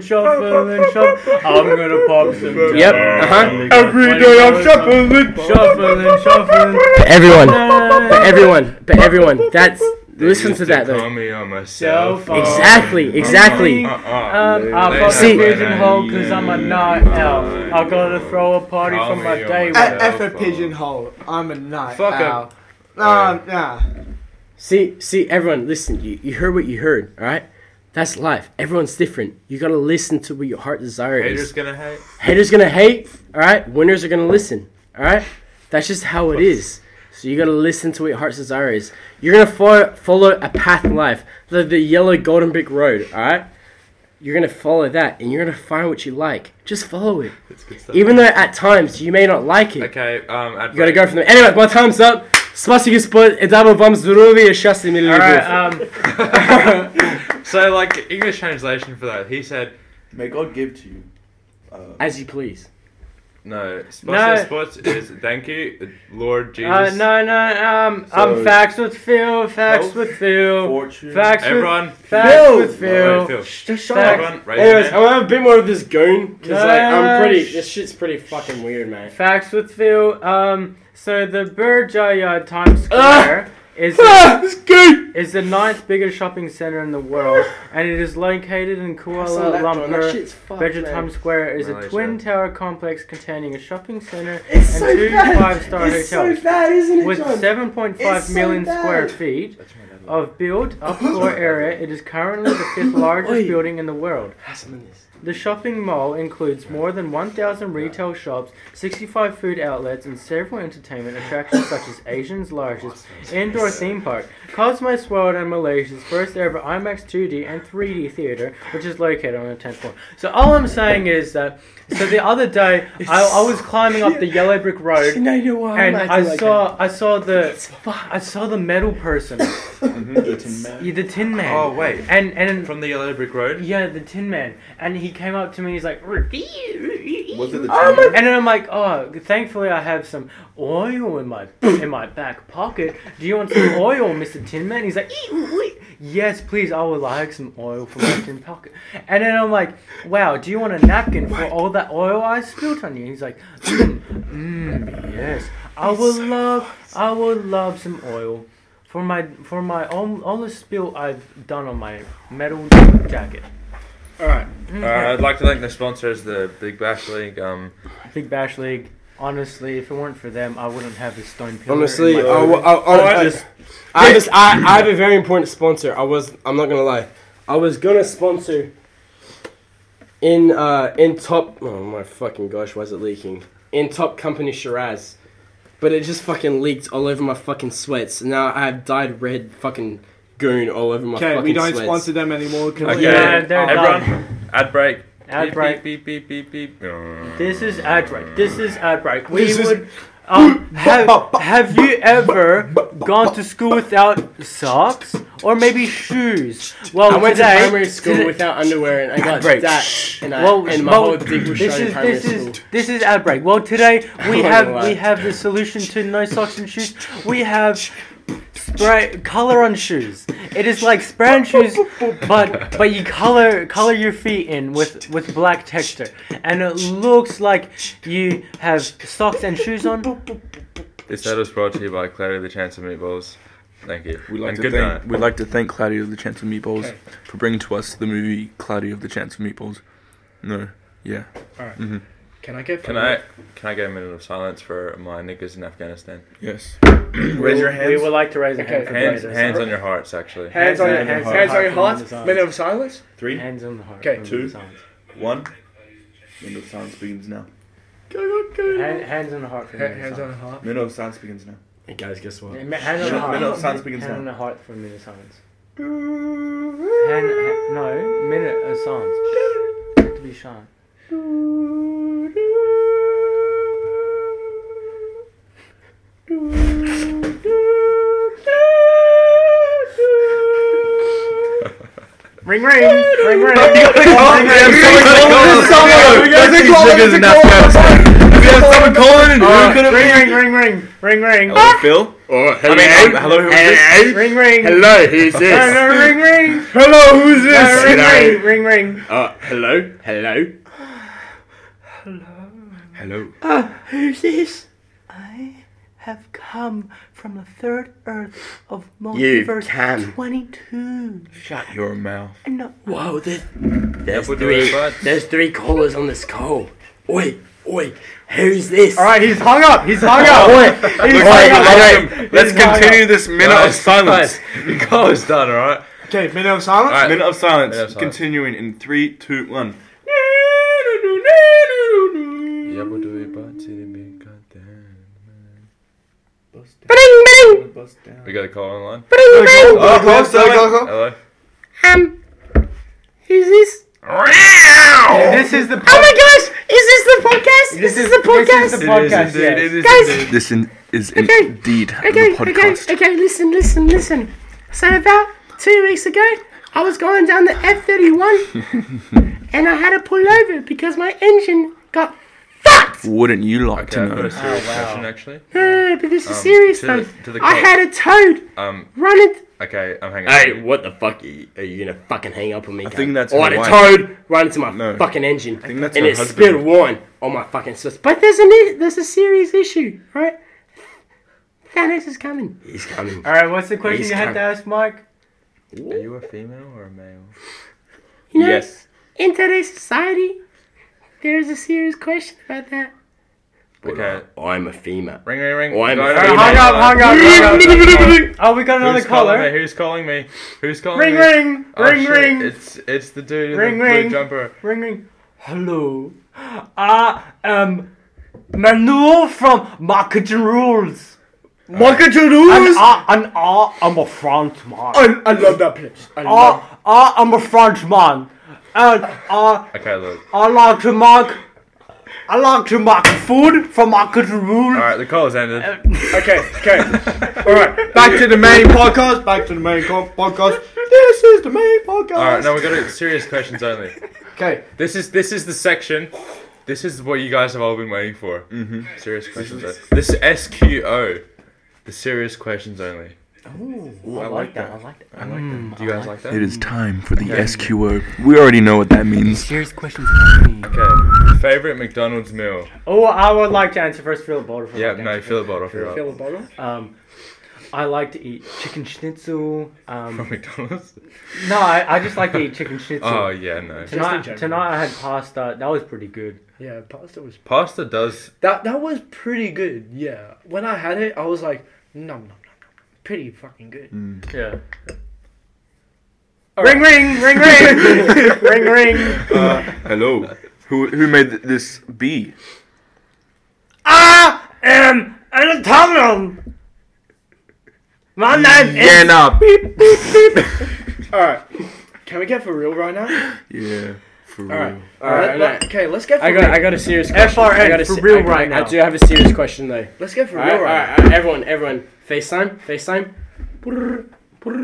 shuffling, shuffling, shuffling. I'm gonna pop some.
Yep,
jam.
uh-huh.
Every day I'm shuffling, shuffling, shuffling.
but everyone, but everyone, but everyone. That's listen to that
Call
though.
me on myself.
phone.
Exactly, exactly.
Um, I
They
fuck
see-
a pigeonhole because I'm a night owl. I gotta throw a party
Call
for my
me on
day.
my-
off.
Yeah,
F a
fuck.
pigeonhole. I'm a night
Fuck 'em.
owl. Um, nah.
See, see, everyone, listen. You, you heard what you heard, all right? That's life. Everyone's different. You gotta listen to what your heart desire
Haters
is.
gonna hate.
Haters gonna hate, all right? Winners are gonna listen, all right? That's just how it is. So you gotta listen to what your heart's desire is. You're gonna follow, follow a path in life, the, the yellow golden brick road, all right? You're gonna follow that, and you're gonna find what you like. Just follow it,
It's good stuff.
even though at times you may not like it.
Okay, um, ad
You gotta
break.
go from there. Anyway, my time's up. Спасибо, спо- и дабы вам здоровья, счастья, мили
Alright,
любовь.
um,
So, like, English translation for that, he said,
May God give to you. Uh,
As you please.
no,
No.
spots, spots is thank you, Lord Jesus.
uh, no, no, um,
So-
I'm facts with Phil, facts with Phil,
fortune.
facts with
Everyone,
facts
Phil!
with Phil.
Alright, Phil.
Just shut
Facts.
everyone, raise your
Anyways,
hand.
I want to have a bit more of this goon, because like, I'm pretty,
Nice.
this shit's pretty fucking weird, man.
Facts with Phil. Um, so the Burjaya Times Square is
Ah,
a, is the ninth biggest shopping center in the world, and it is located in Kuala Lumpur. Burjaya Times Square is a
Malaysia.
twin tower complex containing a shopping center
It's
and
so
two
bad.
five-star
it's
hotels.
so bad, isn't it,
With
John?
7.5
It's so
million
bad.
square feet
That's my dad.
of built up floor area, it is currently the fifth largest
Oi.
building in the world.
Have some of this.
The shopping mall includes more than 1,000 retail shops, 65 food outlets, and several entertainment attractions such as Asian's largest indoor theme park, Cosmos World, and Malaysia's first ever IMAX 2D and 3D theater, which is located on the 10th floor. So all I'm saying is that. So the other day, I, I was climbing up the yellow brick road,
You know, you know why I'm
and
acting
I
like
saw I saw the I saw the metal person, Yeah, Mm-hmm, the Tin Man.
Oh, wait.
and and
From the Yellow Brick Road?
yeah, the Tin Man, and he came up to me. He's like,
Was it the
and then I'm like, oh, thankfully I have some oil in my in my back pocket. Do you want some oil, Mister Tin Man? He's like, "Ee, ooh, wee." yes, please. I would like some oil for my tin pocket. And then I'm like, wow, do you want a napkin for all that oil I spilt on you? He's like, mm, mm, yes, I would love, I would love some oil. For my for my own all the spill I've done on my metal jacket.
Alright.
Uh, I'd like to thank the sponsors, the Big Bash League. Um,
Big Bash League. Honestly, if it weren't for them, I wouldn't have this stone pillar. in
Honestly,
my-
I, w- I, I, I, just, I, have a- I, I have a very important sponsor. I was, I'm not gonna lie, I was gonna sponsor in uh in top. Oh my fucking gosh, why is it leaking? In top company Shiraz, but it just fucking leaked all over my fucking sweats. and Now I have dyed red fucking goon all over my
Okay,
fucking
we don't
sweats.
sponsor them anymore. Can
okay,
we?
Yeah, they're
everyone, ad break.
Ad
Beep,
break.
Beep, beep, beep, beep, beep.
This is ad break. This is ad break. We
This is-
would. Um, have, have you ever gone to school without socks or maybe shoes? Well,
I went
today,
to primary school
today-
without underwear, and I got
Break.
that, and, I,
Well,
and my
well,
whole dick was
this
showing in
is
primary
this
school.
is this is ad break. Well, today we
Oh,
have
wow.
we have the solution to no socks and shoes. We have spray color on shoes. It is like spray on shoes, but but you color color your feet in with with black texture, and it looks like you have socks and shoes on.
This ad was brought to you by Clarity the Chance of Meatballs. Thank you.
We'd like,
and
to
good
thank,
night.
we'd like to thank Cloudy of the Chance of Meatballs for bringing to us the movie Cloudy of the Chance of Meatballs. No, yeah.
Can I get
Can I can I get a minute of silence for my niggas in Afghanistan?
Yes.
raise your hands?
We would like to raise a hand
Okay.
for
Hands
Blazers.
hands on your hearts, actually.
Hands on your
Hands
hands,
on
hands on
your
your
heart.
hearts. Minute of silence.
Three,
Hands on the heart.
Okay.
Hands
Two.
on the heart.
one. Minute of silence begins now.
Hand- Hands on the heart. for
Ha-
Minnesota.
Hands on your heart.
Minute of silence begins now.
Hey guys, guess what?
Ma- Hand on the
Minute-
heart.
minute of silence begins
Hand
now.
on the heart for a minute of silence. Hand, ha- no, minute of silence. Shh. Have to be shy.
Ring ring. Ring ring. Ring ring ring ring. Ring ring.
Hello, Phil.
Oh,
I
hello.
mean, hey, hello, who is this?
Hello.
Ring ring.
Hello, who's
No, no, Ring ring. No,
this? Hello, who's
Ring
Hello.
ring. Ring ring.
Uh, hello. Hello.
Hello.
Who's this? I have come from the third Earth of
You
Multiverse
can.
22.
Shut your mouth.
And no,
Whoa, there's, there's
we'll do it,
three.
bud.
There's three callers on this call. Oi, oi, who's this?
All right, he's hung up. He's hung
Oh,
up. He's hung up.
Let's continue this minute of
Guys,
silence.
guys, Your call is done, alright?
Okay, minute of silence.
Alright.
Minute of silence.
Minute of silence.
Continuing in three, two, one.
Yeah, we'll do it, but to the big goddamn. We got a call online? Hello?
Um, who's this?
This is the podcast.
Oh my gosh! Is this the podcast?
This
Is
is
this the podcast?
This is the podcast.
indeed,
yes.
it is
Guys,
indeed.
This in, is
Okay.
indeed
okay,
the
okay,
podcast.
okay, listen, listen, listen. So about two weeks ago, I was going down the F thirty one, and I had to pull over because my engine got fucked.
Wouldn't you like to
Okay, I've got a
know?
serious question actually.
No, no, no, Uh, but this is
Um,
serious
to
though.
the- to the
I
cop.
had a toad
Um,
run it.
okay, I'm hanging
Hey, what the fuck? Are you, are you gonna fucking hang up on me? Oh, I
think that's
Or
her
a
wife.
toad right into my
No.
fucking engine. I
think that's
and
her
it
husband.
spilled wine on my fucking system.
But there's an i- there's a serious issue, right? Thanos is coming.
He's coming.
All right, what's the question
He's
you had to
coming.
ask, Mike?
Are you a female or a male?
You know,
Yes.
in today's society, there is a serious question about that.
Okay.
I'm a female.
Ring, ring, ring.
Oh, I'm
Go,
a
go,
female.
go.
Hung up. Hung up. hung up. Oh, we got another
Who's calling me?
caller.
Who's calling me? Who's calling
Ring
me?
ring.
Oh,
Ring
shit,
ring.
It's it's the dude in
Ring,
the
ring.
blue jumper.
Ring ring. Hello. I am Manuel from Market and Rules.
Market your
And
rules.
I, and I am a Frenchman. I,
I love that place. I love.
I, I am a Frenchman. And I,
Okay, look.
I like to make... I like to make food from Market and Rules.
All right, the call is ended.
Okay, okay.
All right, back to the main podcast. Back to the main co- podcast. This is the main podcast.
All right, now we got to serious questions only.
Okay.
This is this is the section. This is what you guys have all been waiting for. Mm-hmm. Serious questions. only. This SQO, the serious questions only.
I, like that. I like that.
I like that. Do you guys like that?
It is time for the SQO. We already know what that means.
Serious questions.
Okay. Favorite McDonald's meal?
Oh, I would like to answer first, Philip Boulder.
Yeah, no, fill the bottle. Fill the
Fill
bottle.
the bottle.
Um, I like to eat chicken schnitzel. Um,
From McDonald's?
no, I, I just like to eat chicken schnitzel.
Oh yeah, no.
in
tonight,
general.
tonight I had pasta. That was pretty good.
Yeah, pasta was
Pasta does.
that. That was pretty good. Yeah, when I had it, I was like, nom nom nom, nom. pretty fucking good.
Mm.
Yeah.
Ring ring ring ring ring ring.
Uh, Hello. Who who made th- this B?
I am an Italian. My name
Yeah, nah.
Alright. Can we get for real right now?
Yeah, for real.
Alright.
Alright,
Let- let- Okay, let's get for
I got,
real.
I got a serious question.
FRN,
I got a
for
se-
real
I-
right
I
now.
do have a serious question though.
let's get for
Alright,
real right
alright, alright, everyone, everyone, FaceTime, FaceTime.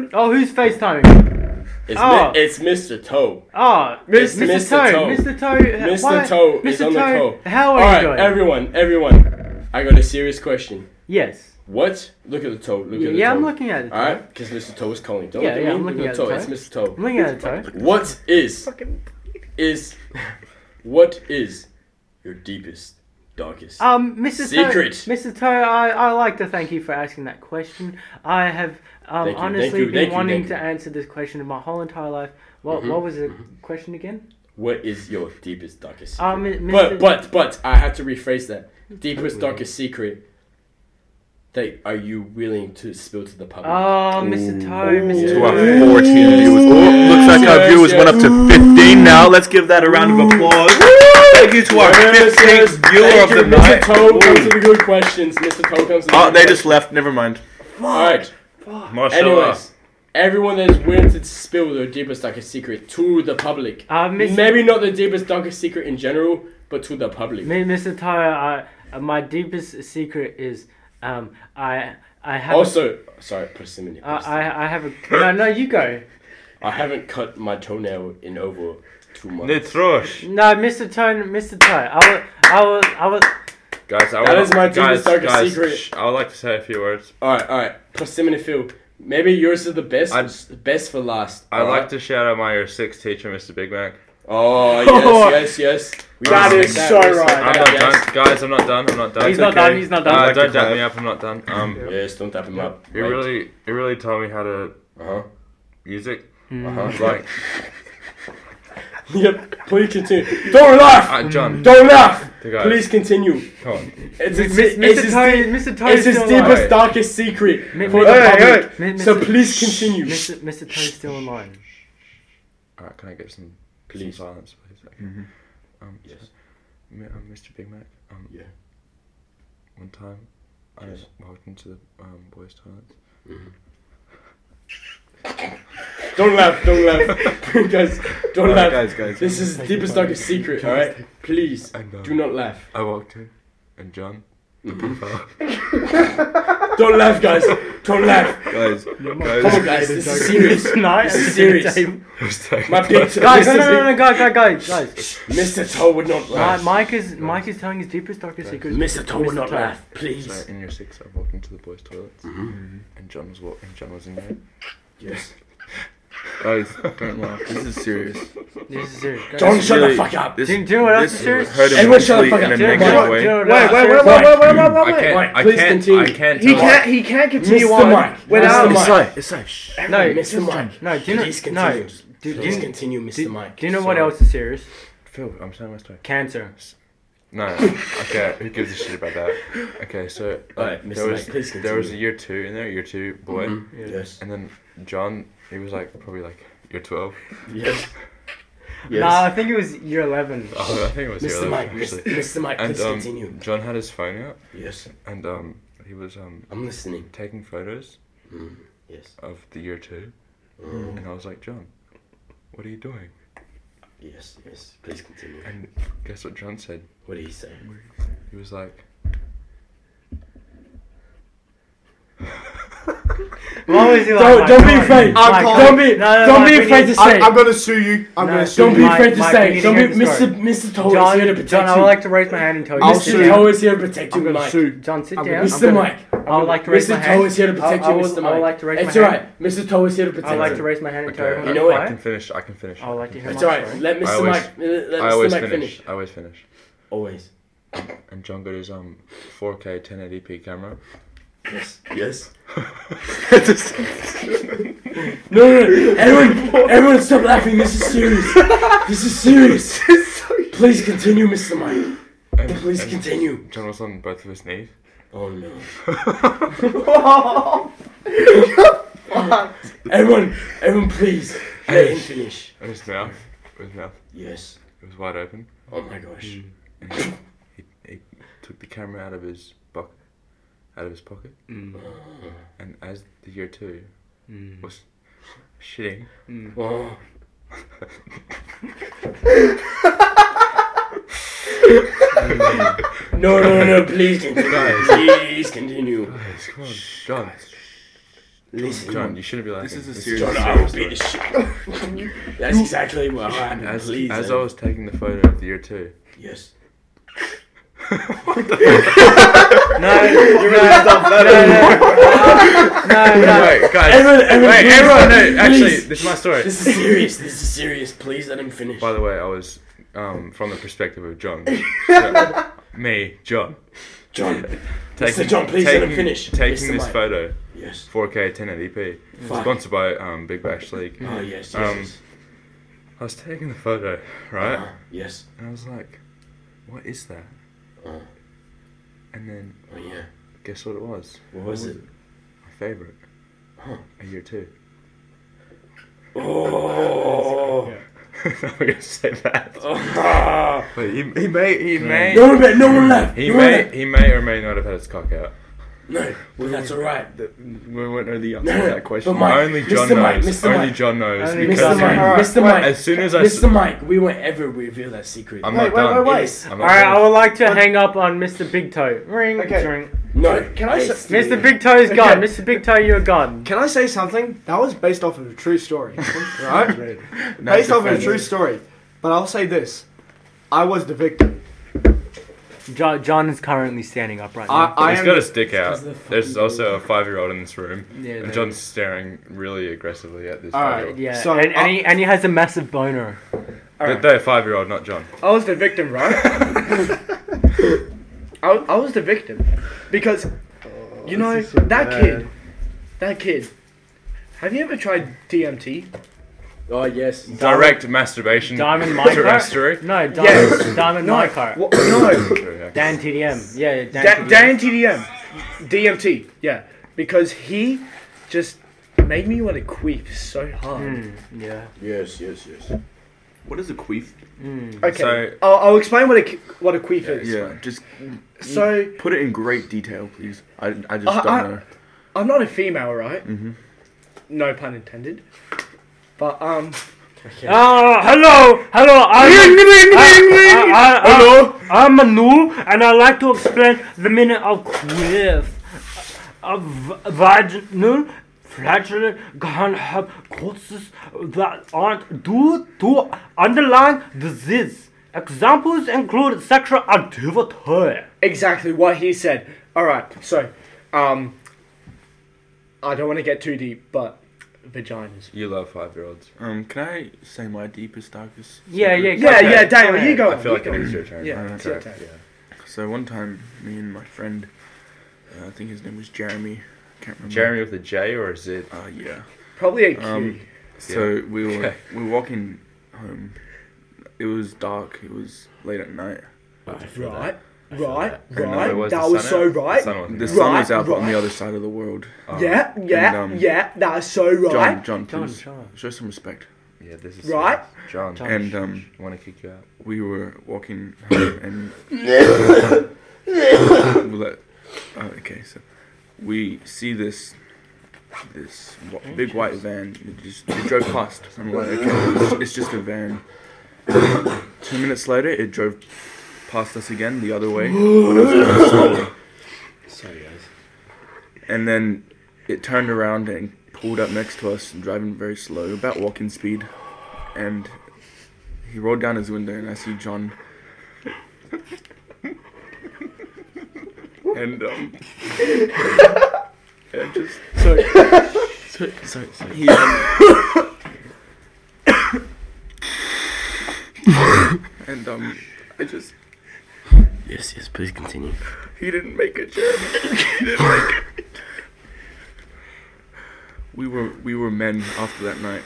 now. Oh, who's FaceTiming?
It's,
Oh.
mi- it's Mr. Toe.
Ah,
Oh,
It's
Mr.
Mr.
Toe.
Toe.
Mr. Toe. uh,
Mr.
why-
Toe is
Mr.
on the
Toe,
toe.
How are
Alright,
you doing?
everyone, everyone, I got a serious question.
Yes.
What? Look at the toe. Look at the
yeah,
toe.
I'm looking at it.
Alright, because Mr. Toe is calling. Don't
Yeah,
look at
yeah,
me.
I'm looking
look
at
Toe.
the
It's
toe.
Mr. Toe.
I'm looking at the toe.
What is is what is your deepest, darkest?
Um, Mr.
Secret.
Toe, Mr. Toe, I, I like to thank you for asking that question. I have um,
Thank you,
honestly
thank you,
been
thank you,
wanting
thank
to
you. Mm-hmm.
answer this question my whole entire life. What what was the question again?
What is your deepest, darkest? Secret?
Um, Mr.
But but but I have to rephrase that. Deepest darkest secret that are you willing to spill to the public?
Oh, Mr. Toe, Mr.
To
Toe.
our 14 viewers. Oh, looks like our
Yes,
viewers went up
yes.
to 15 now. Let's give that a round of applause. Thank you to our 15th viewer
Thank
of
you,
the
Mr. Toe comes
night.
to the good questions. Mr. Toe comes to the
Oh,
good
they just
questions.
left. Never mind.
All right. Anyways, everyone that is willing to spill their deepest darkest secret to the public.
Uh, Mr.
Maybe not the deepest darkest secret in general, but to the public.
Mi- Mr. Toe, I, uh, my deepest secret is um, I I have
Also, sorry, persimmon.
Ah, a, I, I I have a no no you go.
I haven't cut my toenail in over two months.
Nitrosh.
No, Mr. Tone, Mr. Tone. I will, I will, I will.
Guys, I
That
would-
is my
guys,
deepest, darkest
guys,
secret.
shh, I would like to say a few words.
All right, all right. Persimmon Phil. Maybe yours is the best.
I'm-
the best for last.
I'd like to shout out my year six teacher, Mr. Big Mac.
Oh yes, yes, yes. We
That
respect
is so
we respect
right.
I'm
that,
not
yes.
done, guys. I'm not done. I'm not done.
He's not done. He's not done.
Uh,
Like
don't
to
dap
clap.
me up. I'm not done. Um,
Yes, don't tap him up.
it really, it really taught me how to
Uh huh.
music.
Mm.
Uh huh.
Like,
yep. Please continue. Don't laugh.
Mm.
uh, John,
Don't laugh.
the guy.
Please continue.
come on.
It's his,
Mr.
it's his,
Tone,
deep-
Mr. Tone.
it's his
still
deepest,
alive.
alive.
darkest secret
Mi-
for
mi-
the
Hey,
public.
Mi-
So
Mr.
please continue.
Mr. Mr. Toad's still online.
All right, can I get some,
Please. Mm-hmm.
some silence, please? Okay. Um,
Yes.
so, mi- um, Mr. Big Mac. Um,
Yeah.
One time, I
Yes.
walked into the um, boys' toilets.
Don't laugh. Don't laugh, guys. Don't
Alright,
laugh.
guys, guys.
This is the deepest, darkest secret. All right. Please
And um,
do not laugh.
I walked in, and John, the pedophile.
Don't laugh, guys. Don't laugh.
guys,
Come on,
guys.
guys. This is serious.
No,
This is serious.
was taken
My
by-
big toe.
Guys,
Guys,
no, no, no, no, guys, guys, guys, guys.
Mr. Toe would not
My,
laugh.
Mike is Mike is telling his deepest, darkest secret.
Mr. Toe would not
Toe.
laugh.
So
Please.
in year six, I walked into the boys' toilets, and John was walking. John was in there.
Yes.
Guys, don't laugh. This is serious.
This is serious. Guys.
Don't shut
really-
the fuck up.
This,
Do you- do you know what else is
this
serious?
Hurt him
Everyone shut the
mentally
fuck
in a
up.
Do you know
negative
what-
way.
do you know what
Wait,
else
wait, wait,
is-
wait, wait, wait, wait,
I
wait, wait.
can't. I
please
can't.
continue.
I can't.
He
tell-
can't. He can't continue
Mr.
on
Mike.
without.
Mr. Mike.
It's safe.
No,
Mr. Mike.
No, do you know?
Please
No,
continue.
do, do,
Please
you-
continue, Mr.
do,
Mike.
do you know what
Sorry.
else is serious?
Phil, I'm telling my story.
Cancer.
No. Okay. Who gives a shit about that? Okay. So uh,
Alright, Mr.
there was
Mike, please
there was
continue.
a
Mm-hmm.
year two in there, year two boy,
Hmm? Yes.
and then John. He was like probably like year twelve.
Yes.
Nah, I
Yes.
think it was year eleven.
Oh, I think it was year
Mr. Mike.
eleven
Mr.
actually.
Mr. Mike,
And
please
um,
continue.
John had his phone out,
Yes.
and um, he was um
I'm listening. Hmm.
taking photos
Yes.
of the year two,
Mm.
and I was like, John, what are you doing?
Yes. Yes. Please continue.
And guess what John said?
What did he say?
He was like,
Why was he like,
Don't-
Mike,
don't be
come on,
afraid.
Mike,
I'm
Mike,
calm.
no, no, no,
Don't
Mike,
be
we
afraid
need-
to say.
I'm gonna sue you. I'm
No,
gonna sue
Don't be
you.
Mike,
afraid to
Mike, we
say. it.
need to
Don't
hear
be,
the story.
Mr. Mr. Toe is "Oh, here to
John,
protect
John, I
you.
would like to raise my hand and tell you.
I'll
Mr.
sue
Mr.
you.
Toe is here to protect you,
I'm gonna
Mike.
sue.
John, sit
I'm
down.
gonna-
I'm
Mr.
gonna-
Mike.
I would like to raise my
Mr. Toe is
hand.
here to protect
I- I
you,
would-
Mr.
I would
Mike.
like to raise
It's
my
alright. Mr. Toe is here to protect
I would
you.
like to raise my hand and
okay,
tell everyone.
I,
You know what?
I can finish. I can finish.
I would like to hear
It's
my
alright.
story.
Let
I
Mr.
always-
Mike. uh, Let
I
Mr.
always
Mike
finish.
finish.
I always finish.
Always.
And John got his um 4K 1080p camera.
Yes. Yes. no, no, no. Everyone, everyone stop laughing. This is serious. This is serious. Please continue, Mr. Mike.
And,
Please
and
continue.
John was on both of his knees.
Oh, no. everyone, everyone, please. Let him finish.
And his mouth, his mouth,
Yes.
it was wide open.
Oh, my gosh.
And he, he, he took the camera out of his buck, out of his pocket.
Mm.
And as the year two was shitting,
Oh. no, no, no, please continue. Please continue.
guys, come on, John,
Listen,
John, you shouldn't be laughing.
This is a
John,
serious.
I will beat the shit. That's exactly what happened.
As,
please,
as
eh?
I was taking the photo of the year two,
yes.
No, you really stop No, no,
Wait, guys.
Everyone, everyone,
Wait,
please,
everyone, no, actually,
please.
this is my story.
this is serious. This is serious. Please let him finish.
By the way, I was um, from the perspective of John. So, me, John.
John, Mr. John, please let him finish.
Taking
Mr.
this
Mike.
photo,
Yes.
4K 1080p,
Fuck.
sponsored by um, Big Bash League.
Oh yes, yes,
Um,
yes.
I was taking the photo, right?
Uh, yes.
And I was like, what is that?
Uh.
And then,
Oh yeah.
guess what it was?
What was it?
My favourite. A year two.
Oh.
I'm not gonna say that.
Ah.
But he, he may, he may,
No one bet, no one left.
he
no one
may,
left.
he may or may not have had his cock out.
No, well, that's all right.
We won't know the answer
No,
to
no,
that question.
but Mike,
only John
Mr. Mike,
knows.
Mr.
Only
Mike.
John knows.
Only
because
Mr. Mike,
Alright,
Mr. Mike,
as soon as I s-
Mr. Mike, we won't ever reveal that secret.
I'm
Wait,
not
wait,
done.
wait, wait.
Yes.
I'm
All right, I
done.
would like to hang up on Mr. Big Toe. Ring,
Okay.
ring.
No.
Can I s-
Mr. Big Toe is gone.
Okay.
Mr. Big Toe, you're gone.
Can I say something? That was based off of a true story, right?
Nice
based off of a
defense.
true story. But I'll say this: I was the victim.
John, John is currently standing up right
I,
now.
I
He's
am.
got a stick out.
Because of the
There's
fucking
also a five-year-old in this room,
Yeah,
and
there
John's staring really aggressively at this.
All right,
five-year-old.
yeah,
So,
and, and,
I-
he,
uh,
and he has a massive boner.
Th- they're five-year-old, not John.
I was the victim, right? I, I was the victim because you know
Oh, this is so
that
bad.
kid, that kid. Have you ever tried DMT?
Oh yes.
Direct masturbation.
Diamond Micro?
Terrestrial.
No, Diamond,
Yes.
Diamond Micro.
Wha- no.
Dan TDM. Yeah, yeah, Dan.
Da-
TDM.
Dan TDM, DMT. Yeah, because he just made me want to queef so hard.
Mm, yeah.
Yes, yes, yes. What is a queef?
Mm.
Okay,
So-
I'll, I'll explain what a qu- what a queef is.
Yeah, just
So
put it in great detail, please. I, I just
Uh,
don't
I-
know.
I'm not a female, right?
Mm-hmm.
Mhm.
No pun intended. But um,
Ah, hello, hello. I'm, Uh, I, hello. I'm Manu, and I like to explain the meaning of quiff. Of vaginal flatulence can have causes that aren't due to underlying disease. Examples include sexual activity.
exactly what he said. All right, so um, I don't want to get too deep, but vaginas.
You love five-year-olds.
Um, can I say my deepest, darkest?
Yeah, yeah,
secret?
Yeah,
Okay.
yeah, Daniel, you
Oh,
go.
I feel
you
like
go.
it is your turn.
Yeah, it's your
Okay,
turn.
yeah.
So one time, me and my friend, uh, I think his name was Jeremy. Can't remember.
Jeremy with a J or a Z?
Uh, yeah.
Probably a Q.
Um, So we were
Okay.
we were walking home. It was dark. It was late at night.
right, right,
I know,
right.
it
was
that
the
was
sun
so
out. The
right.
sun wasn't
The
out.
sun
Right,
was out, but on the
right.
other side of the world.
Oh,
Yeah, yeah,
And, um,
yeah. That is so right.
John, John,
John,
please
John.
show some respect.
Yeah, this is
Right?
John.
John.
And um,
want to kick you out?
we were walking home, and we let- oh, okay, so we see this this wh- big white van. It just it drove past. I'm like, okay, it's, it's just a van. Two minutes later, it drove past us again the other way. when it was going slowly.
Sorry guys.
And then it turned around and pulled up next to us, driving very slow, about walking speed. And he rolled down his window, and I see John. and um, and just so so so he. Um, and um, I just
Yes, yes, please continue.
he didn't make it, Jeremy. He didn't make it. We were we were men after that night.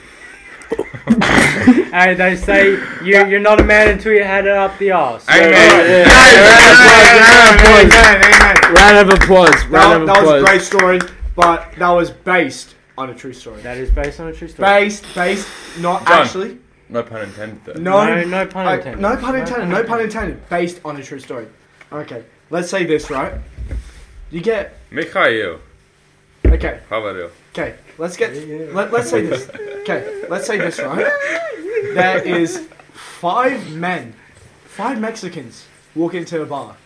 Hey, they say you, you're not a man until you had it up the arse.
Round of applause.
That, that was a great story, but that was based on a true story.
That is based on a true story.
Based, based, not
John.
actually.
No pun intended. Though.
No,
No, no pun
I-
intended.
no pun intended. No pun intended. Based on a true story. Okay, let's say this, right? You get
Mikhail,
okay.
how about you?
Okay, let's get. Let, let's say this. Okay, let's say this, right? There is five men, five Mexicans walk into a bar.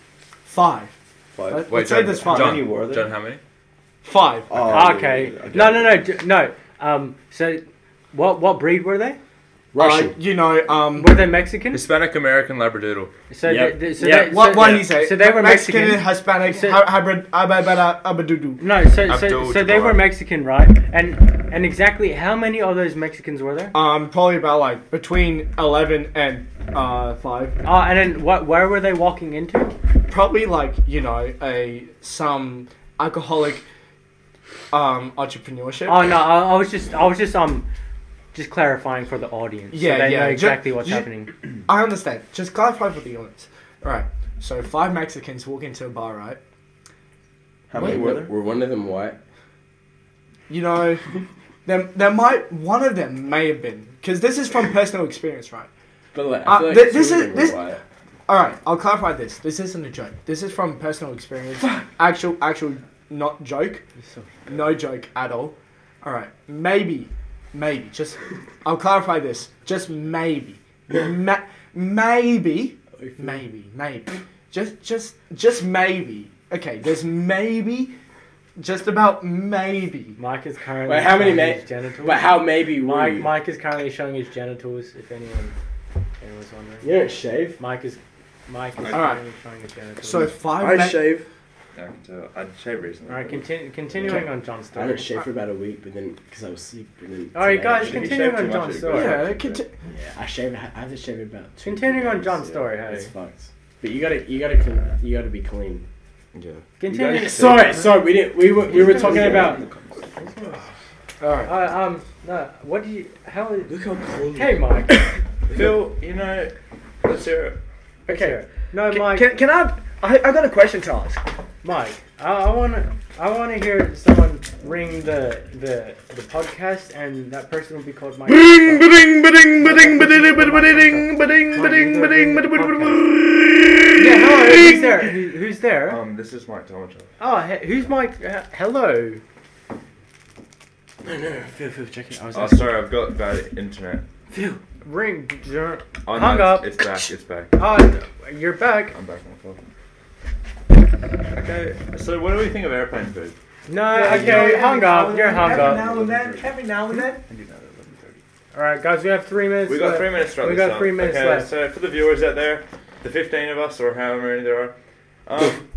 Five. Let,
Wait,
us say
John,
there's five.
John,
How many were there?
John, how many?
Five.
Oh,
okay. No, no, no, d- no. Um, so, what what breed were they?
Russian. you know, um.
Were they Mexican?
Hispanic American Labradoodle.
So,
Yep.
they, they- so
Yep.
they,
What,
so,
what do you say?
So they were
Mexican,
Mexican.
Hispanic,
So-
hy- hybrid, ababada, abadudu.
No, so, so,
Abdul
so they were
Jabbar.
Mexican, right? And and exactly how many of those Mexicans were there?
Um, probably about like between 11 and uh, 5.
Oh, and then what? Where were they walking into?
Probably like, you know, a some alcoholic um, entrepreneurship.
Oh no, I, I was just I was just um, just clarifying for the audience.
Yeah,
so they
yeah,
know
ju-
exactly what's
ju-
happening.
I understand. Just clarify for the audience. Alright, so five Mexicans walk into a bar, right?
How many were there?
Were one of them white?
You know, there, there might, one of them may have been, because this is from personal experience, right?
But like,
Uh,
I feel like
thi- this
two of
is-
them were
this-
white.
All right, I'll clarify this. This isn't a joke. This is from personal experience. actual, actual, not joke. No joke at all. All right, maybe, maybe. Just, I'll clarify this. Just maybe, Ma- maybe, maybe, maybe. Just, just, just maybe.
Okay, there's maybe, just about maybe.
Mike is currently
Wait, how many
showing
ma-
his genitals.
But how maybe were
Mike
you?
Mike is currently showing his genitals. If anyone anyone's wondering,
You don't shave.
Mike is Mike is
All right.
currently showing his genitals.
So five.
I
ma-
shave.
I can tell. I shaved recently.
all right, continu- continuing on John's
I
story.
didn't shave for about a week, but then because I was asleep, and then.
All right,
today I
guys,
shaved.
continuing on
too much,
John's
it
story.
goes-
yeah, conti-
Yeah, I shave. I have to shave about. two
Continuing on
days,
John's
yeah.
story, hey.
It's fucked. But you gotta, you gotta, clean, you gotta be clean.
Yeah.
Continuing.
Sorry, sorry. We didn't. We were, we were talking about.
Uh, um, no, what do you? How is?
Look how clean.
Hey, Mike.
Phil, you know, let's hear it.
Okay.
No,
Can,
Mike.
can, can I, I? I got a question to ask.
Mike, I want to. I want to hear someone ring the the the podcast, and that person will be called Mike.
Bing, ba-ding, ba-ding, ba-ding, ba-ding, ba-ding, ba-ding, ba-ding, ba-ding, ba-ding,
Yeah, hello. Who's there? Who, who's there?
Um, this is Mike Tomato.
Oh, he, who's Mike? Uh, hello.
No, no, Phil, Phil, check it. I was.
Oh, sorry, I've got bad internet.
Ring.
Oh,
Hung
it's-
up.
It's back. It's back.
Oh, you're back.
I'm back on the phone. Okay, so what do we think of airplane food?
No,
you know,
okay.
every
Hung
now
up.
and
You're
then-
hung
Every
up.
now and then, every now and then.
All right, guys. We have three minutes.
We got
left.
three minutes left.
uh, We got three minutes
okay,
left.
So for the viewers out there, the 15 of us or however many there are, um,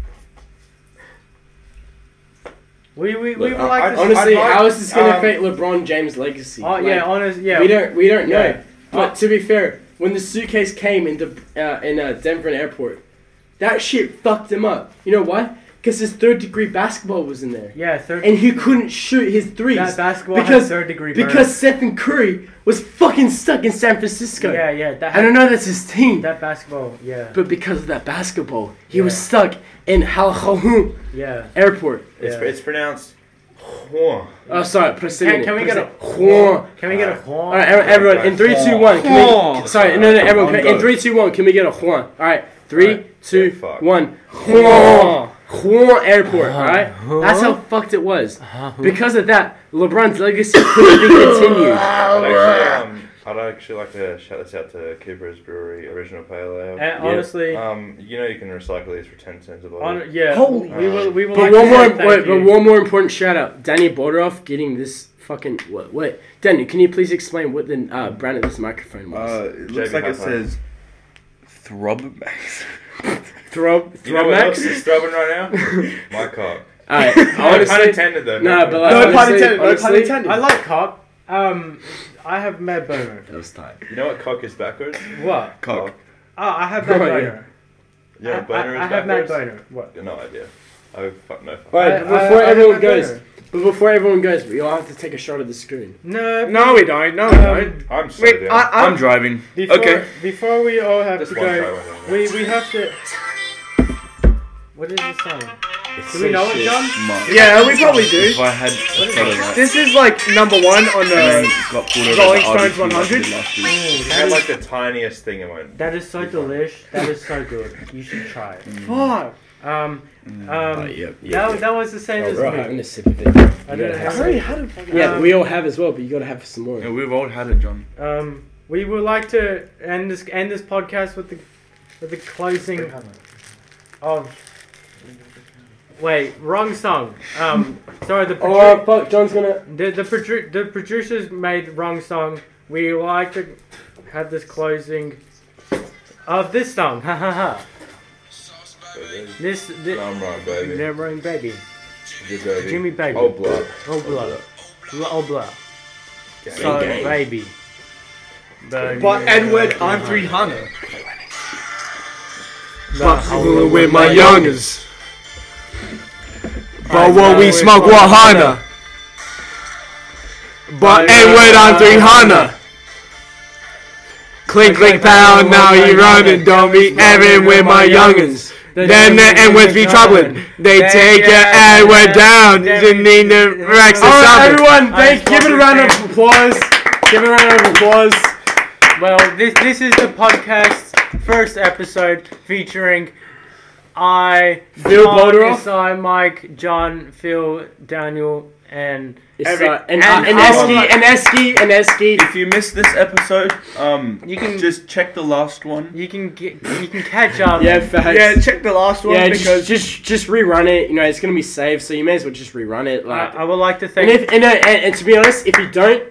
We we, we would
Look, I-
like
I-
to.
Honestly,
I'd like-
how is this gonna
um,
affect LeBron James' legacy?
Oh yeah, honest. Yeah.
We don't. We don't know.
Yeah. Oh.
But to be fair, when the suitcase came into uh, in uh, Denver airport, that shit fucked him up. You know why? Because his third degree basketball was in there,
Yeah, third.
and he couldn't shoot his threes.
that basketball
because-
has third degree burn.
because Stephen Curry was fucking stuck in San Francisco.
yeah, yeah, that
I don't know that's his team,
that basketball. Yeah,
but because of that basketball, he was
Yeah.
stuck in Hal Khoun
yeah.
Airport.
it's,
Yeah.
it's pronounced Huan.
Oh, sorry.
Can, can we get a
Juan?
Can we get a
Alright.
Juan?
All right, ev- everyone. In three, two, one. Can we, sorry, no, no, everyone. Can, in three, two, one. Can we get a Juan? All right, three, two,
Yeah, fuck.
one. Juan, Juan Airport. All right,
Uh-huh.
that's how fucked it was. Because of that, LeBron's legacy couldn't be continued.
I'd actually, um, I'd actually like to shout this out to Cooper's Brewery Original Pale Ale.
And Uh, honestly,
Uh,
Um, you know you can recycle these for 10 cents a bottle.
hon- yeah.
Holy-
we will. We will.
But
like to
one more,
say thank
wait, but
you.
one more important shout out. Danny Borderoff getting this fucking what? What? Danny, can you please explain what the uh, brand of this microphone was?
Uh, it looks
JB
like it
Hi-Fi.
says Throbmax.
throw,
You know
throw
what
max.
else is throbbing right now? My cock.
All right, honestly,
intended though.
no, but like,
No pun
honestly,
intended, no pun
honestly,
intended.
I like cop. Um, I have mad boner.
That was tight.
you know what cock is backwards?
What?
Cock.
Oh, I have mad
Oh, yeah.
boner.
You know,
I-
boner
I,
is
I, have mad
backwards.
boner. What?
No idea. Oh fuck no. Fuck.
All right,
I-
before
I- I have
everyone
mad
goes,
boner.
but before everyone goes, we all have to take a shot of the screen.
No.
No, we don't. No, we don't.
I'm so
Wait,
down.
I,
I'm
I'm.
driving.
Before,
Okay.
Before we all have
Just
to
one try
go,
one.
we we have to. What is this song? Do we know it, John?
Mark.
Yeah, we probably do.
If I had a shot of that.
This is like number one on
and then
the.
got pulled over
Rolling
at the
Stones
RBQ like I did
100?
last week.
I had like the tiniest thing in my.
That is so delish. That is so good. You should try it.
Fuck.
Um, um,
yep,
that, that was the same
Oh,
as
we're all
me.
having a sip of it.
I didn't
I
have
already had a fucking.
Yeah,
Um,
we all have as well, but you gotta have some more.
Yeah, we've all had it, John.
Um, we would like to end this end this podcast with the with the closing of. Wait, wrong song. Um, sorry, the
Oh
produ-
fuck, John's gonna.
the the, produ- the producers made wrong song. We would like to have this closing of this song. Ha ha ha. This this.
I'm right, baby.
Never mind, baby.
Good baby.
Jimmy baby.
Oh blood.
Oh blah. Oh blah. So
Gang.
baby.
But Edward, I'm 300.
But
with my youngers. But what we smoke Wahana. But
uh,
Edward, I'm 300. Clink, clink, pound, now you running. Don't be Evan with my youngins. Then the end with be troubling. They take your Edward down. You need the racks or something.
everyone,
thank- give it a round of
applause. Give it a round of applause.
Well, this this is the podcast's first episode featuring I,
Bill
Tom,
Boderoff?
Isai, Mike, John, Phil, Daniel, and
It's
Every-
uh, and,
and-
and,
and
Eski, and Eski, and Eski.
If you missed this episode, um,
You can-
just check the last one.
you can get you can catch up.
Yeah, facts.
Yeah, check the last one
yeah,
because
just, just just rerun it. You know, it's gonna be saved, so you may as well just rerun it.
I,
Like,
I would like to
and
thank.
if and, uh, and, and to be honest, if you don't,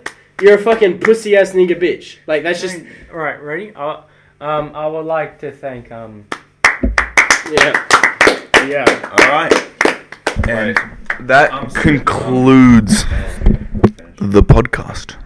you're a fucking pussy ass nigga bitch. Like that's just
all right, ready? I, um, I would like to thank um.
yeah.
yeah.
All right.
And that concludes the podcast.